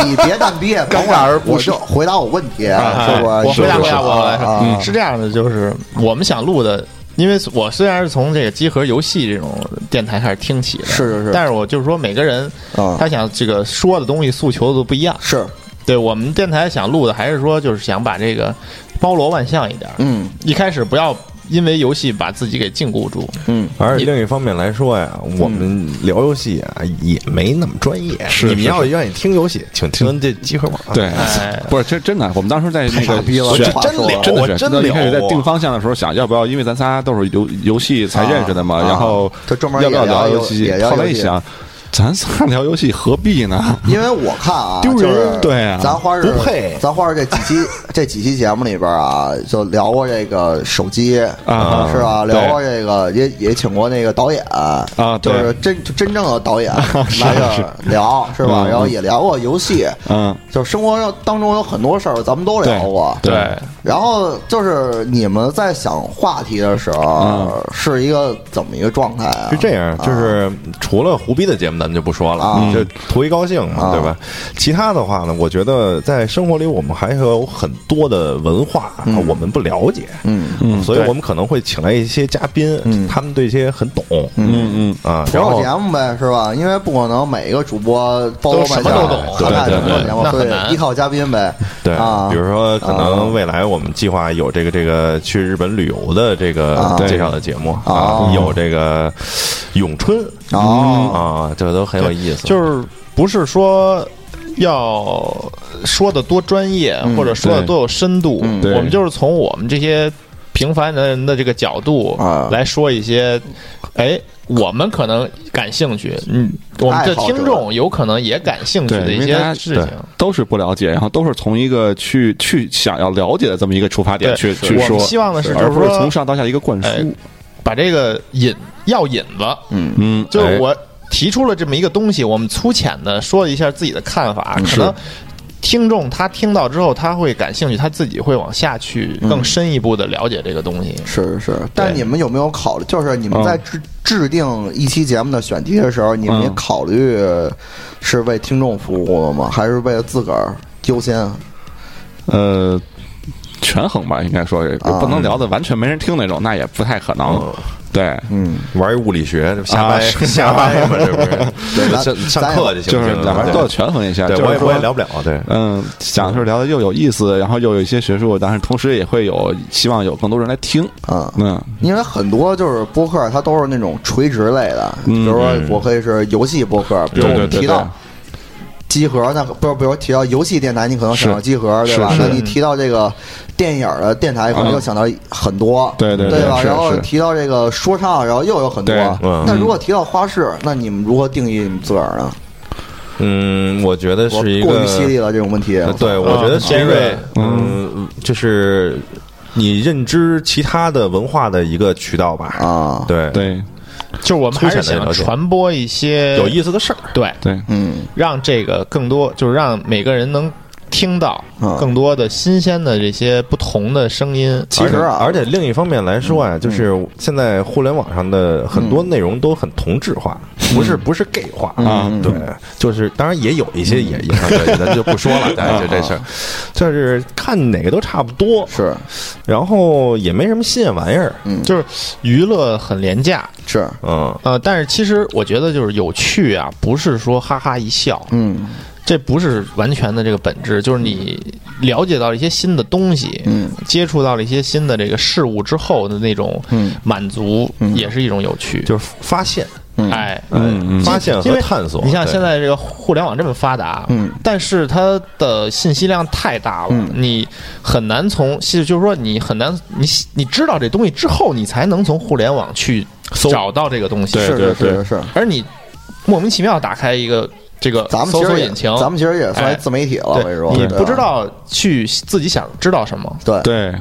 Speaker 4: 你别蛋逼，
Speaker 1: 尴尬而不
Speaker 4: 我
Speaker 1: 失
Speaker 4: 就回答我问题，啊
Speaker 2: 哎
Speaker 4: 是不是？
Speaker 2: 我回答回答我来
Speaker 4: 啊
Speaker 2: 说，是嗯这样的，就是我们想录的，因为我虽然是从这个集合游戏这种电台开始听起的，
Speaker 4: 是是是
Speaker 2: 但是我就是说每个人
Speaker 4: 啊
Speaker 2: 他想这个说的东西诉求都不一样。
Speaker 4: 是，
Speaker 2: 对我们电台想录的，还是说就是想把这个包罗万象一点儿，
Speaker 4: 嗯
Speaker 2: 一开始不要因为游戏把自己给禁锢住。
Speaker 4: 嗯，
Speaker 1: 而另一方面来说呀，我们聊游戏啊也没那么专业。
Speaker 3: 是
Speaker 1: 你们
Speaker 3: 是
Speaker 1: 要愿意听游戏，请听这集合网。
Speaker 3: 对
Speaker 2: 哎，
Speaker 3: 不是，这真的，我们当时在那
Speaker 4: 傻
Speaker 3: 个
Speaker 4: 逼了
Speaker 3: 选
Speaker 4: 这话说
Speaker 1: 聊，
Speaker 4: 了
Speaker 3: 真的
Speaker 1: 我
Speaker 3: 是
Speaker 1: 真
Speaker 3: 那一
Speaker 1: 聊
Speaker 3: 开始在定
Speaker 1: 啊。
Speaker 3: 方向的时候，想要不要，因为咱仨都是游游戏才认识的嘛，
Speaker 4: 啊
Speaker 3: 然后
Speaker 4: 就专门
Speaker 3: 要不要
Speaker 4: 也聊
Speaker 3: 聊
Speaker 4: 游
Speaker 3: 游戏？
Speaker 4: 也聊
Speaker 3: 后来
Speaker 4: 游
Speaker 3: 一
Speaker 4: 戏
Speaker 3: 想，咱仨聊游戏何必呢？ <laughs>
Speaker 4: 因为我看啊，
Speaker 3: 丢人
Speaker 4: 就是
Speaker 3: 对啊
Speaker 4: 咱花儿
Speaker 1: 不配
Speaker 4: 咱花儿这几
Speaker 3: <laughs>
Speaker 4: 期这几期节目里边啊，就聊过这个手机
Speaker 3: 啊
Speaker 4: 是吧？
Speaker 3: 对
Speaker 4: 聊过这个，也也请过那个导演啊就
Speaker 3: 对
Speaker 4: 是真就真正的
Speaker 3: <laughs>
Speaker 4: 导演来这儿聊是吧？
Speaker 3: 嗯
Speaker 4: 然后也聊过游戏，
Speaker 3: 嗯，
Speaker 4: 就生活上当中有很多事儿，咱们都聊过，
Speaker 3: 对
Speaker 2: 对
Speaker 4: 然后就是你们在想话题的时
Speaker 3: 嗯
Speaker 4: 候，是一个怎么一个状态啊？
Speaker 1: 是这样，就是除了胡逼的节目，咱们就不说了
Speaker 4: 啊，
Speaker 1: 就图一高兴嘛，
Speaker 4: 啊
Speaker 1: 对吧？其他的话呢，我觉得在生活里我们还有很多的文化
Speaker 4: 嗯
Speaker 1: 我们不了解，
Speaker 4: 嗯，
Speaker 1: 所以
Speaker 2: 对
Speaker 1: 我们可能会请来一些嘉宾，他们对这些很懂，嗯嗯啊，
Speaker 4: 然
Speaker 1: 然
Speaker 4: 后
Speaker 1: 后
Speaker 4: 节目呗，是吧？因为不可能每一个主播包罗万
Speaker 2: 都什么
Speaker 4: 象
Speaker 2: 都懂
Speaker 4: 涵盖
Speaker 3: 对对
Speaker 4: 很多
Speaker 3: 对
Speaker 4: 节目，
Speaker 2: 那很
Speaker 4: 所
Speaker 2: 难
Speaker 4: 以依靠嘉宾呗。
Speaker 1: 对
Speaker 4: 啊，，
Speaker 1: 比如说可
Speaker 4: 啊
Speaker 1: 能未来我们计划有这个这个去日本旅游的这
Speaker 4: 啊
Speaker 1: 个介绍的节目
Speaker 4: 哦
Speaker 1: 啊，有这个咏春
Speaker 4: 哦
Speaker 1: 啊，这都很有意思，
Speaker 2: 就是不是说要说的多专业，或者说的多有深度，
Speaker 4: 嗯
Speaker 3: 嗯对
Speaker 2: 我们就是从我们这些平凡人的这个角度
Speaker 4: 啊
Speaker 2: 来说一些，哎。我们可能感兴趣，嗯，我们的
Speaker 4: 爱好者
Speaker 2: 听众有可能也感兴趣的
Speaker 3: 对，因
Speaker 2: 一
Speaker 3: 为
Speaker 2: 些
Speaker 3: 大家
Speaker 2: 事
Speaker 3: 对
Speaker 2: 情。
Speaker 3: 都是不了解，然后都是从一个去去想要了解的这么一个出发点
Speaker 2: 对
Speaker 3: 去
Speaker 2: 是
Speaker 3: 去
Speaker 2: 我
Speaker 3: 说，
Speaker 2: 们希望的是就
Speaker 3: 而
Speaker 2: 是
Speaker 3: 不是
Speaker 2: 说
Speaker 3: 从上到下一个灌输。
Speaker 2: 哎把这个引要引子，
Speaker 4: 嗯
Speaker 3: 嗯，
Speaker 2: 就是
Speaker 3: 哎
Speaker 2: 我提出了这么一个东西，我们粗浅的说了一下自己的看法，
Speaker 1: 嗯
Speaker 2: 可能听众他听到之后他会感兴趣，他自己会往下去更深一步的了解这个东西。
Speaker 1: 嗯
Speaker 4: 是是，但
Speaker 2: 对
Speaker 4: 你们有没有考虑，就是你们在制制定一期节目的选题的时候，你们也
Speaker 3: 嗯
Speaker 4: 考虑是为听众服务的吗？还是为了自个儿优先？
Speaker 3: 呃，权衡吧，应该说是
Speaker 4: 啊
Speaker 3: 不能聊的完全没人听那种，那也不太可能。对，
Speaker 4: 嗯，
Speaker 1: 玩一物理学，这瞎
Speaker 3: 啊
Speaker 1: 掰 <laughs>
Speaker 3: 是
Speaker 1: 瞎掰嘛，这不
Speaker 4: 对
Speaker 1: 是
Speaker 4: 咱
Speaker 1: 上上课就行，
Speaker 3: 就是两边
Speaker 1: 边
Speaker 3: 都要权衡一下。
Speaker 1: 对
Speaker 3: 就是
Speaker 1: 我也
Speaker 3: 说
Speaker 1: 我也聊不了，对，
Speaker 3: 嗯，想的是聊的又有意思，然后又有一些学术，但是同时也会有希望有更多人来听。
Speaker 4: 啊
Speaker 3: 嗯，
Speaker 4: 因为很多就是播客，它都是那种垂直类的，比如说我可以是游戏播客，比如我
Speaker 3: 嗯
Speaker 4: 们
Speaker 3: 对对
Speaker 4: 提到机核，那不是，比如提到游戏电台，你可能想到
Speaker 3: 是
Speaker 4: 机核，对吧？
Speaker 3: 是是嗯
Speaker 4: 那你提到这个电影的电台，可能又想到很多，
Speaker 3: 对对
Speaker 4: 对
Speaker 3: 对
Speaker 4: 吧？
Speaker 3: 是
Speaker 4: 然后
Speaker 3: 是
Speaker 4: 提到这个说唱，然后又有很多
Speaker 3: 对。
Speaker 1: 嗯
Speaker 4: 那如果提到花式，那你们如何定义你们自个儿呢？
Speaker 1: 嗯，我觉得
Speaker 4: 我
Speaker 1: 是一
Speaker 4: 过于
Speaker 1: 个
Speaker 4: 犀利了这种问题，
Speaker 1: 对，我觉得是
Speaker 2: 尖
Speaker 1: 因
Speaker 2: 锐
Speaker 1: 为，嗯，就是你认知其他的文化的一个渠道吧。
Speaker 4: 啊，
Speaker 1: 对，
Speaker 3: 对
Speaker 2: 就是我们还是
Speaker 1: 粗浅地
Speaker 2: 想
Speaker 1: 了解
Speaker 2: 传播一些
Speaker 1: 有意思的事儿。
Speaker 2: 对，
Speaker 3: 对，
Speaker 4: 嗯
Speaker 2: 让这个更多，就是让每个人能听到
Speaker 4: 嗯
Speaker 2: 更多的新鲜的这些不同的声音。
Speaker 4: 其实啊嗯
Speaker 1: 而且而且另一方面来说啊，就是现在互联网上的很多内容都很同质化，
Speaker 4: 嗯
Speaker 1: 不是不是 gay 化
Speaker 3: 啊
Speaker 2: 嗯
Speaker 1: 对，就是当然也有一些也也
Speaker 4: <laughs>
Speaker 1: 咱就不说
Speaker 4: 啊
Speaker 1: 了，咱就这事儿，就是看哪个都差不多，
Speaker 4: 是
Speaker 1: 然后也没什么新鲜玩意儿，
Speaker 4: 嗯
Speaker 2: 就是娱乐很廉价，
Speaker 4: 是，
Speaker 1: 嗯，
Speaker 2: 呃，但是其实我觉得就是有趣啊，不是说哈哈一笑，
Speaker 4: 嗯
Speaker 2: 这不是完全的这个本质，就是你了解到一些新的东西，
Speaker 4: 嗯
Speaker 2: 接触到了一些新的这个事物之后的那种
Speaker 4: 嗯
Speaker 2: 满足，
Speaker 4: 嗯
Speaker 2: 也是一种有趣。
Speaker 1: 就是发现，
Speaker 4: 嗯，
Speaker 2: 哎，
Speaker 3: 嗯嗯
Speaker 1: 发现
Speaker 2: 因
Speaker 1: 和
Speaker 2: 为
Speaker 1: 探索。
Speaker 2: 你像
Speaker 1: 对
Speaker 2: 现在这个互联网这么发达，
Speaker 4: 嗯，
Speaker 2: 但是它的信息量太大了，
Speaker 4: 嗯
Speaker 2: 你很难从，是就是说你很难，你你知道这东西之后，你才能从互联网去找到这个东西，
Speaker 3: 对
Speaker 4: 是是是
Speaker 3: 对
Speaker 4: 是。
Speaker 2: 而你莫名其妙打开一个这个
Speaker 4: 咱们
Speaker 2: 搜
Speaker 4: 其
Speaker 2: 索
Speaker 4: 实也
Speaker 2: 引擎，
Speaker 4: 咱们其实也
Speaker 2: 哎
Speaker 4: 算自媒体了，我跟你说，
Speaker 2: 对，你
Speaker 4: 对啊
Speaker 2: 不知，道去自己想知道什么，
Speaker 4: 对
Speaker 3: 对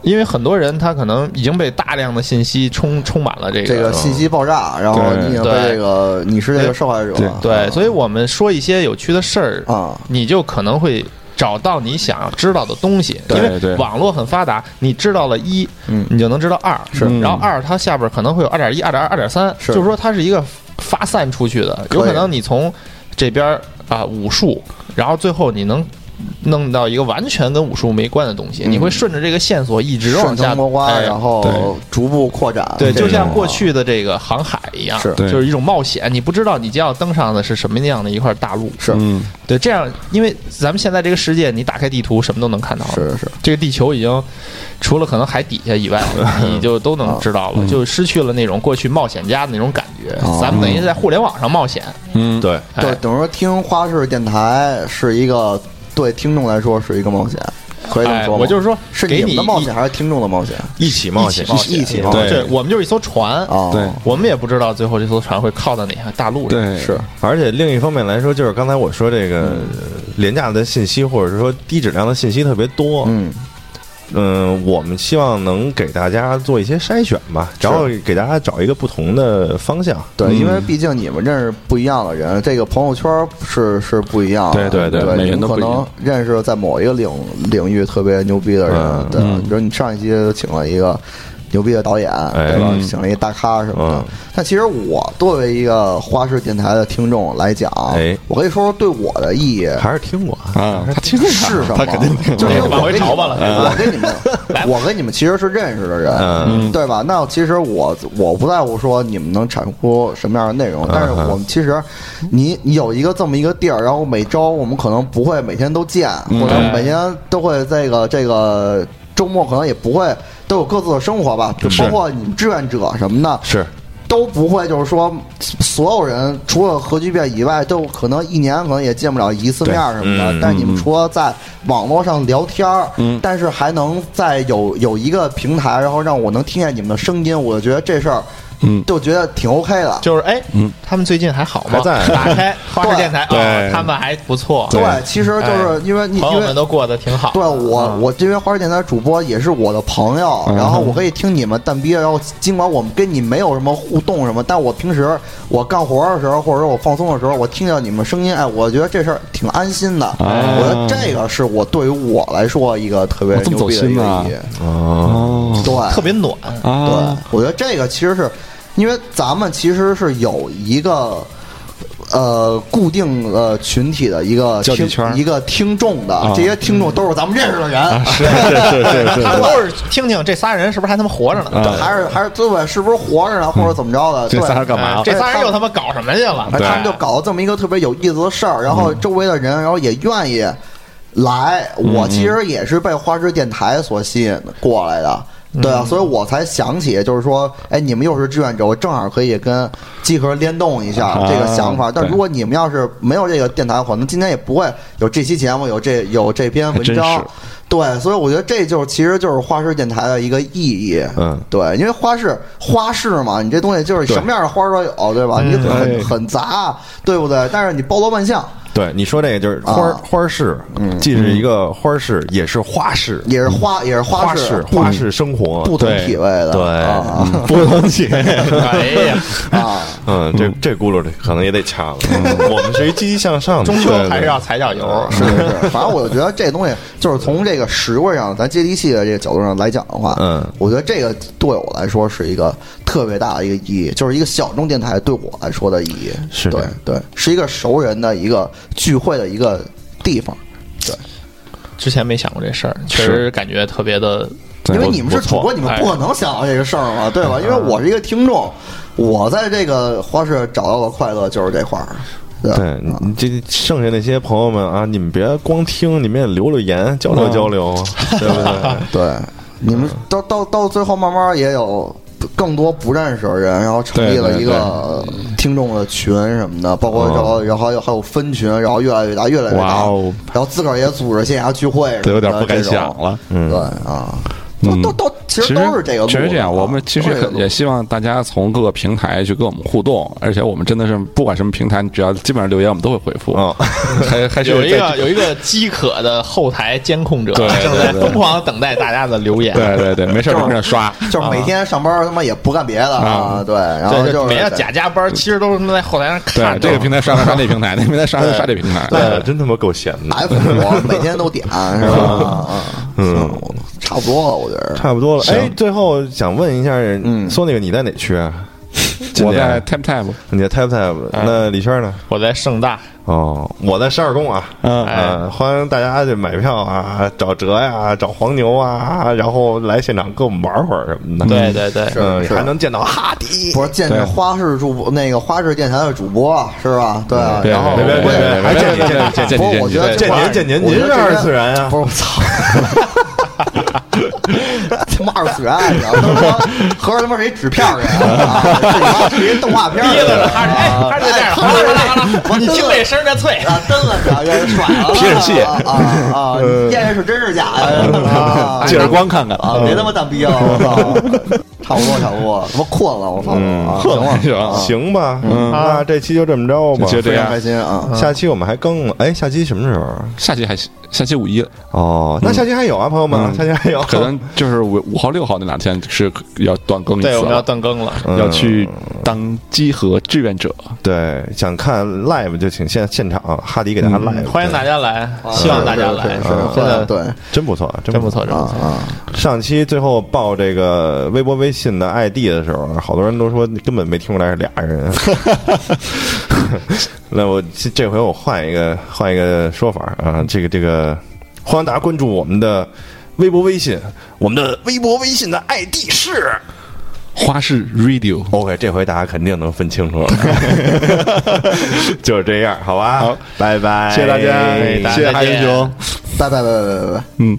Speaker 2: 因为很多人他可能已经被大量的信息充充满了这个
Speaker 4: 这个信息爆炸，然后
Speaker 3: 对
Speaker 4: 你也被
Speaker 2: 对
Speaker 4: 这个你是这个受害者，
Speaker 3: 对
Speaker 2: 对，所以我们说一些有趣的事儿
Speaker 4: 啊
Speaker 2: 你就可能会找到你想要知道的东西，
Speaker 3: 对
Speaker 2: 因为
Speaker 3: 对
Speaker 2: 网络很发达，你知道了一，
Speaker 4: 嗯
Speaker 2: 你就能知道二，
Speaker 4: 是
Speaker 2: 然后二它下边可能会有二点一、二点二、二点三，
Speaker 4: 是
Speaker 2: 就是说它是一个发散出去的，
Speaker 4: 可以
Speaker 2: 有可能你从这边儿啊武术，然后最后你能。弄到一个完全跟武术没关的东西，
Speaker 4: 嗯
Speaker 2: 你会顺着这个线索一直
Speaker 4: 顺
Speaker 2: 往下
Speaker 4: 藤摸瓜，
Speaker 2: 哎
Speaker 4: 然后
Speaker 3: 对
Speaker 4: 逐步扩展，
Speaker 2: 对，
Speaker 4: 这
Speaker 2: 就
Speaker 4: 种
Speaker 2: 像过去的这个航海一样，
Speaker 4: 是
Speaker 3: 对
Speaker 2: 就是一种冒险，你不知道你将要登上的是什么样的一块大陆。
Speaker 4: 是
Speaker 3: 嗯
Speaker 2: 对，这样，因为咱们现在这个世界，你打开地图什么都能看到了。
Speaker 4: 是是，
Speaker 2: 这个地球已经除了可能海底下以外，
Speaker 4: <laughs>
Speaker 2: 你就都能知道了，就失去了那种过去冒险家的那种感觉。
Speaker 4: 嗯哦
Speaker 2: 咱们等于是在互联网上冒险。
Speaker 3: 嗯
Speaker 1: 对，
Speaker 2: 哎
Speaker 4: 对，等于说听花式电台是一个对听众来说是一个冒险，可以这么
Speaker 2: 哎，
Speaker 4: 说吗？
Speaker 2: 我就是说，
Speaker 4: 是
Speaker 2: 给
Speaker 4: 你
Speaker 2: 你
Speaker 4: 们的冒险还是听众的冒险
Speaker 1: 一起
Speaker 2: 一，
Speaker 1: 冒
Speaker 2: 一起
Speaker 1: 险，
Speaker 2: 冒险，
Speaker 4: 一起冒险
Speaker 2: 对，我们就是一艘船，
Speaker 4: 啊？
Speaker 3: 对
Speaker 2: 我们也不知道最后这艘船会靠到哪条大陆上。
Speaker 3: 对
Speaker 4: 是
Speaker 1: 而且另一方面来说，就是刚才我说这个
Speaker 4: 嗯
Speaker 1: 廉价的信息，或者是说低质量的信息特别多。
Speaker 4: 嗯
Speaker 1: 嗯，我们希望能给大家做一些筛选吧，然后给大家找一个不同的方向。
Speaker 4: 对，
Speaker 3: 嗯
Speaker 4: 因为毕竟你们认识不一样的人，这个朋友圈是是不一样的。
Speaker 3: 对
Speaker 4: 对
Speaker 3: 对对每
Speaker 4: 你
Speaker 3: 人
Speaker 4: 们
Speaker 3: 都
Speaker 4: 可
Speaker 3: 不一样
Speaker 4: 能认识在某一个领领域特别牛逼的人
Speaker 1: 嗯。
Speaker 4: 对，
Speaker 3: 嗯
Speaker 4: 比如你上一期请了一个牛逼的导演，
Speaker 1: 哎
Speaker 4: 对吧？
Speaker 3: 嗯
Speaker 4: 请了一大咖什么的
Speaker 1: 嗯。
Speaker 4: 但其实我作为一个花式电台的听众来讲
Speaker 1: 哎，
Speaker 4: 我可以说说对我的意义
Speaker 1: 还是听过啊，
Speaker 3: 啊，
Speaker 4: <laughs>
Speaker 3: 他听
Speaker 4: 是什么？就是
Speaker 2: 哎
Speaker 4: 我
Speaker 2: 往回
Speaker 4: 跟你
Speaker 2: 找吧了
Speaker 4: 我跟你们，我跟你们其实是认识的人，
Speaker 1: 嗯
Speaker 4: 对吧？那其实我我不在乎说你们能产出什么样的内容，但是
Speaker 1: 嗯嗯
Speaker 4: 我们其实你你有一个这么一个地儿，然后每周我们可能不会每天都见，
Speaker 1: 嗯
Speaker 4: 或者
Speaker 2: 对
Speaker 4: 每天都会这个这个。周末可能也不会都有各自的生活吧，就包括你们志愿者什么的，
Speaker 1: 是
Speaker 4: 都不会，就是说，所有人除了核聚变以外，都可能一年可能也见不了一次面什么的。
Speaker 1: 对嗯
Speaker 4: 但你们除了在网络上聊天儿，
Speaker 3: 嗯
Speaker 4: 但是还能在有有一个平台，然后让我能听见你们的声音，我就觉得这事儿，
Speaker 3: 嗯
Speaker 4: 就觉得挺 OK 的。
Speaker 2: 就是哎，
Speaker 4: 嗯
Speaker 2: 他们最近还好吗？
Speaker 1: 还在
Speaker 2: 打
Speaker 4: <laughs>
Speaker 2: 开花式电台，
Speaker 3: 对
Speaker 2: 哦
Speaker 3: 对
Speaker 2: 他们还不错。
Speaker 4: 对，其实就是因为你
Speaker 2: 哎朋
Speaker 4: 因
Speaker 2: 友
Speaker 4: 为
Speaker 2: 们都过得挺好。
Speaker 4: 对我，
Speaker 2: 嗯
Speaker 4: 我因为花式电台主播也是我的朋友，
Speaker 3: 嗯
Speaker 4: 然后我可以听你们蛋逼，然后尽管我们跟你没有什么互动什么，但我平时我干活的时候，或者说我放松的时候，我听到你们声音，哎，我觉得这事儿挺安心的。我觉得这个是我对于我来说一个特别
Speaker 3: 嗯哦这么
Speaker 4: 牛逼的
Speaker 3: 走
Speaker 4: 一个
Speaker 3: 心啊
Speaker 4: 意义。
Speaker 3: <laughs>
Speaker 1: 哦，
Speaker 3: 哦
Speaker 4: 对，
Speaker 2: 特别暖。
Speaker 4: 对
Speaker 3: 啊，，
Speaker 4: 我觉得这个其实是因为咱们其实是有一个呃固定呃群体的一个
Speaker 3: 交际
Speaker 4: 听
Speaker 3: 圈儿啊嗯
Speaker 4: 一个听众的，这些听众都是咱们认识的人，
Speaker 2: 他们都是听听这仨人是不是还他妈活着呢？
Speaker 3: 嗯
Speaker 4: 这还是还是对吧？是不是活着呢，或者怎么着的？
Speaker 3: 这
Speaker 4: 对
Speaker 3: 仨人干嘛
Speaker 2: 哎
Speaker 3: 了？
Speaker 2: 这仨人又他妈搞什么去了？
Speaker 4: 哎他们就搞这么一个特别有意思的事儿，然
Speaker 3: 嗯
Speaker 4: 后周围的人，然后也愿
Speaker 3: 嗯
Speaker 4: 意来。我其实也是被花式电台所吸引过来的。
Speaker 3: 嗯
Speaker 4: 对啊，所以我才想起，就是说，哎，你们又是志愿者，我正好可以跟集合联动一下
Speaker 3: 啊
Speaker 4: 这个想法。但
Speaker 3: 对
Speaker 4: 如果你们要是没有这个电台，可能今天也不会有这期节目，有这有这篇文
Speaker 3: 还真
Speaker 4: 章
Speaker 3: 是。
Speaker 4: 对，所以我觉得这就是其实就是花式电台的一个意义。
Speaker 1: 嗯，
Speaker 4: 对，因为花式花式嘛，你这东西就是什么样的花儿都有，对吧？你
Speaker 1: 哎
Speaker 4: 很很杂，对不对？但是你包罗万象，
Speaker 1: 对，你说这个就是花儿
Speaker 4: 啊
Speaker 1: 花儿市，既是一个花儿市，也是花市，
Speaker 4: 也是花，也是
Speaker 1: 花
Speaker 4: 式，不
Speaker 1: 花式生活，
Speaker 4: 不同体位的，
Speaker 1: 对，
Speaker 4: 啊
Speaker 1: 嗯不同体位。
Speaker 2: 哎呀，
Speaker 4: 啊，
Speaker 1: 嗯，这这轱辘可能也得掐了。嗯我们是一积极向上的，
Speaker 2: 终究
Speaker 1: 对
Speaker 2: 还是要踩脚油。
Speaker 4: 是是是，反正我就觉得这东西就是从这个实惠上，咱接地气的这个角度上来讲的话，
Speaker 1: 嗯
Speaker 4: 我觉得这个对我来说是一个特别大的一个意义，就是一个小众电台对我来说的意义，
Speaker 1: 是
Speaker 4: 对
Speaker 1: 的
Speaker 4: 对，是一个熟人的一个聚会的一个地方，
Speaker 2: 之前没想过这事儿，确实感觉特别的
Speaker 4: 因为你们是主播，
Speaker 2: 不错
Speaker 4: 你
Speaker 3: 哎
Speaker 4: 们不可能想到这个事儿嘛，对吧？因为我是一个听众，我在这个花市找到的快乐就是这块儿，对吧啊
Speaker 1: 对，你这剩下那些朋友们啊，你们别光听，你们也留留言，交流交 <laughs> 流，对不 <laughs> 对？
Speaker 4: 对，你
Speaker 3: 嗯
Speaker 4: 们到到到最后，慢慢也有更多不认识的人，然后成立了一个听众的群什么的，包括然后然后还有还有分群，然后越来越大，越来越大
Speaker 3: 哦哇哦，
Speaker 4: 然后自个儿也组织线下聚会什么的，
Speaker 3: 都有点不敢
Speaker 4: 这种
Speaker 3: 想了。嗯
Speaker 4: 对啊，都都都，其实都是这个路子啊，
Speaker 3: 其实这样，我们其实
Speaker 4: 都是这个
Speaker 3: 很
Speaker 4: 路
Speaker 3: 也希望大家从各个平台去跟我们互动，而且我们真的是不管什么平台，你只要基本上留言，我们都会回复。
Speaker 1: 嗯，
Speaker 3: 还还是
Speaker 2: 有一
Speaker 3: 在
Speaker 2: 个有一个饥渴的后台监控者
Speaker 3: 对对
Speaker 2: 正在
Speaker 3: 对
Speaker 2: 疯狂等待大家的留言，
Speaker 3: 对对对，没事儿就跟着刷。
Speaker 4: <laughs> 就是每天上班他妈也不干别的啊，对，然后
Speaker 2: 对，
Speaker 4: 就是
Speaker 2: 每天假加班，其实都是他妈在后台上
Speaker 3: 对
Speaker 2: 看着
Speaker 3: 这个平台刷刷刷那平台，那平台刷刷刷这平台。
Speaker 1: 哎，真他妈够闲的。
Speaker 4: F 我每天都点
Speaker 1: <laughs>
Speaker 4: 是吧？嗯，差不多了，我觉得。
Speaker 1: 差不多了，
Speaker 3: 行
Speaker 1: 哎，最后想问一下，嗯，说那个你在哪区啊？今
Speaker 3: 我
Speaker 1: 年
Speaker 3: 在 Tap Tap，
Speaker 1: 你在 Tap Tap，那李圈呢？
Speaker 2: 我在盛大，
Speaker 1: 哎哦，我在十二宫啊，
Speaker 3: 嗯
Speaker 1: 呃，欢迎大家去买票啊，找哲呀，找黄牛啊，然后来现场跟我们玩会儿什么的。
Speaker 2: 对对对，
Speaker 1: 嗯，
Speaker 4: 是
Speaker 1: 还能见到哈迪，
Speaker 4: 不是见着花式主播那个花式电台的主播是吧？对啊，
Speaker 3: 对
Speaker 4: 然后
Speaker 3: 对对
Speaker 4: 我也
Speaker 1: 嗯对还
Speaker 4: 哎
Speaker 1: 见见见
Speaker 3: 见
Speaker 4: 不
Speaker 3: 见
Speaker 4: 是，我觉得
Speaker 1: 见您见您
Speaker 4: 我觉
Speaker 1: 您是
Speaker 4: 得这边
Speaker 1: 二次元啊
Speaker 4: <laughs> 不是我操，他妈二次元，啊你知道吗？合着他妈是一纸片人啊，这他妈是一动画片儿
Speaker 2: 憋
Speaker 4: 人
Speaker 2: 着呢，
Speaker 4: 啊，
Speaker 2: 哈着，哎，哈着这样，哈着
Speaker 4: 哎
Speaker 2: 哈着，你听这声儿这脆，
Speaker 4: 啊，蹬了表演甩了，
Speaker 3: 皮尔戏
Speaker 4: 啊啊啊！你验验是真是假呀？
Speaker 3: 借着光看看
Speaker 4: 啊，别他妈蛋逼了，我 <laughs> 操！差不多，差不多，他妈困了，我操！啊行了，
Speaker 3: <laughs> 是吧？
Speaker 1: 行吧，那这期就这么着吧，
Speaker 3: 就这
Speaker 4: 非常
Speaker 3: 样
Speaker 4: 开心啊！
Speaker 1: 下期我们还更了，哎，下期什么时候啊？
Speaker 3: 下期还行下期五一，
Speaker 1: 哦，那下期还有啊，朋友们，
Speaker 3: 嗯
Speaker 1: 下期还有，
Speaker 3: 可能就是五五号六号那两天是要断更一次
Speaker 2: 对，我们要
Speaker 3: 了，
Speaker 2: 断更了，
Speaker 3: 要去当集合志愿者。
Speaker 1: 对，想看 live 就请现现场哈迪给大家 live，
Speaker 2: 欢迎大
Speaker 1: 家，
Speaker 2: 家来，希望大家来，
Speaker 4: 哎是是
Speaker 2: 真的
Speaker 4: 对
Speaker 1: 真不错，
Speaker 2: 真不
Speaker 1: 不
Speaker 2: 错，真
Speaker 4: 啊
Speaker 2: 不错，
Speaker 4: 啊！
Speaker 1: 上期最后报这个微博、微信的 ID 的时候，好多人都说根本没听出来是俩
Speaker 3: <laughs>
Speaker 1: 人。那我这这回我换一个换一个说法啊，这个这个，欢迎大家关注我们的微博、微信，我们的微博、微信的 ID 是
Speaker 3: 花式 Radio，
Speaker 1: OK。这回大家肯定能分清楚了，
Speaker 3: <laughs>
Speaker 1: <laughs> 就是这样，好吧？
Speaker 3: 好，
Speaker 1: 拜拜，
Speaker 3: 谢谢大家，
Speaker 2: 哎大家
Speaker 3: 谢谢哈
Speaker 2: 再
Speaker 3: 英
Speaker 2: 见
Speaker 3: 雄，
Speaker 4: 拜拜拜拜拜拜拜。
Speaker 3: 嗯。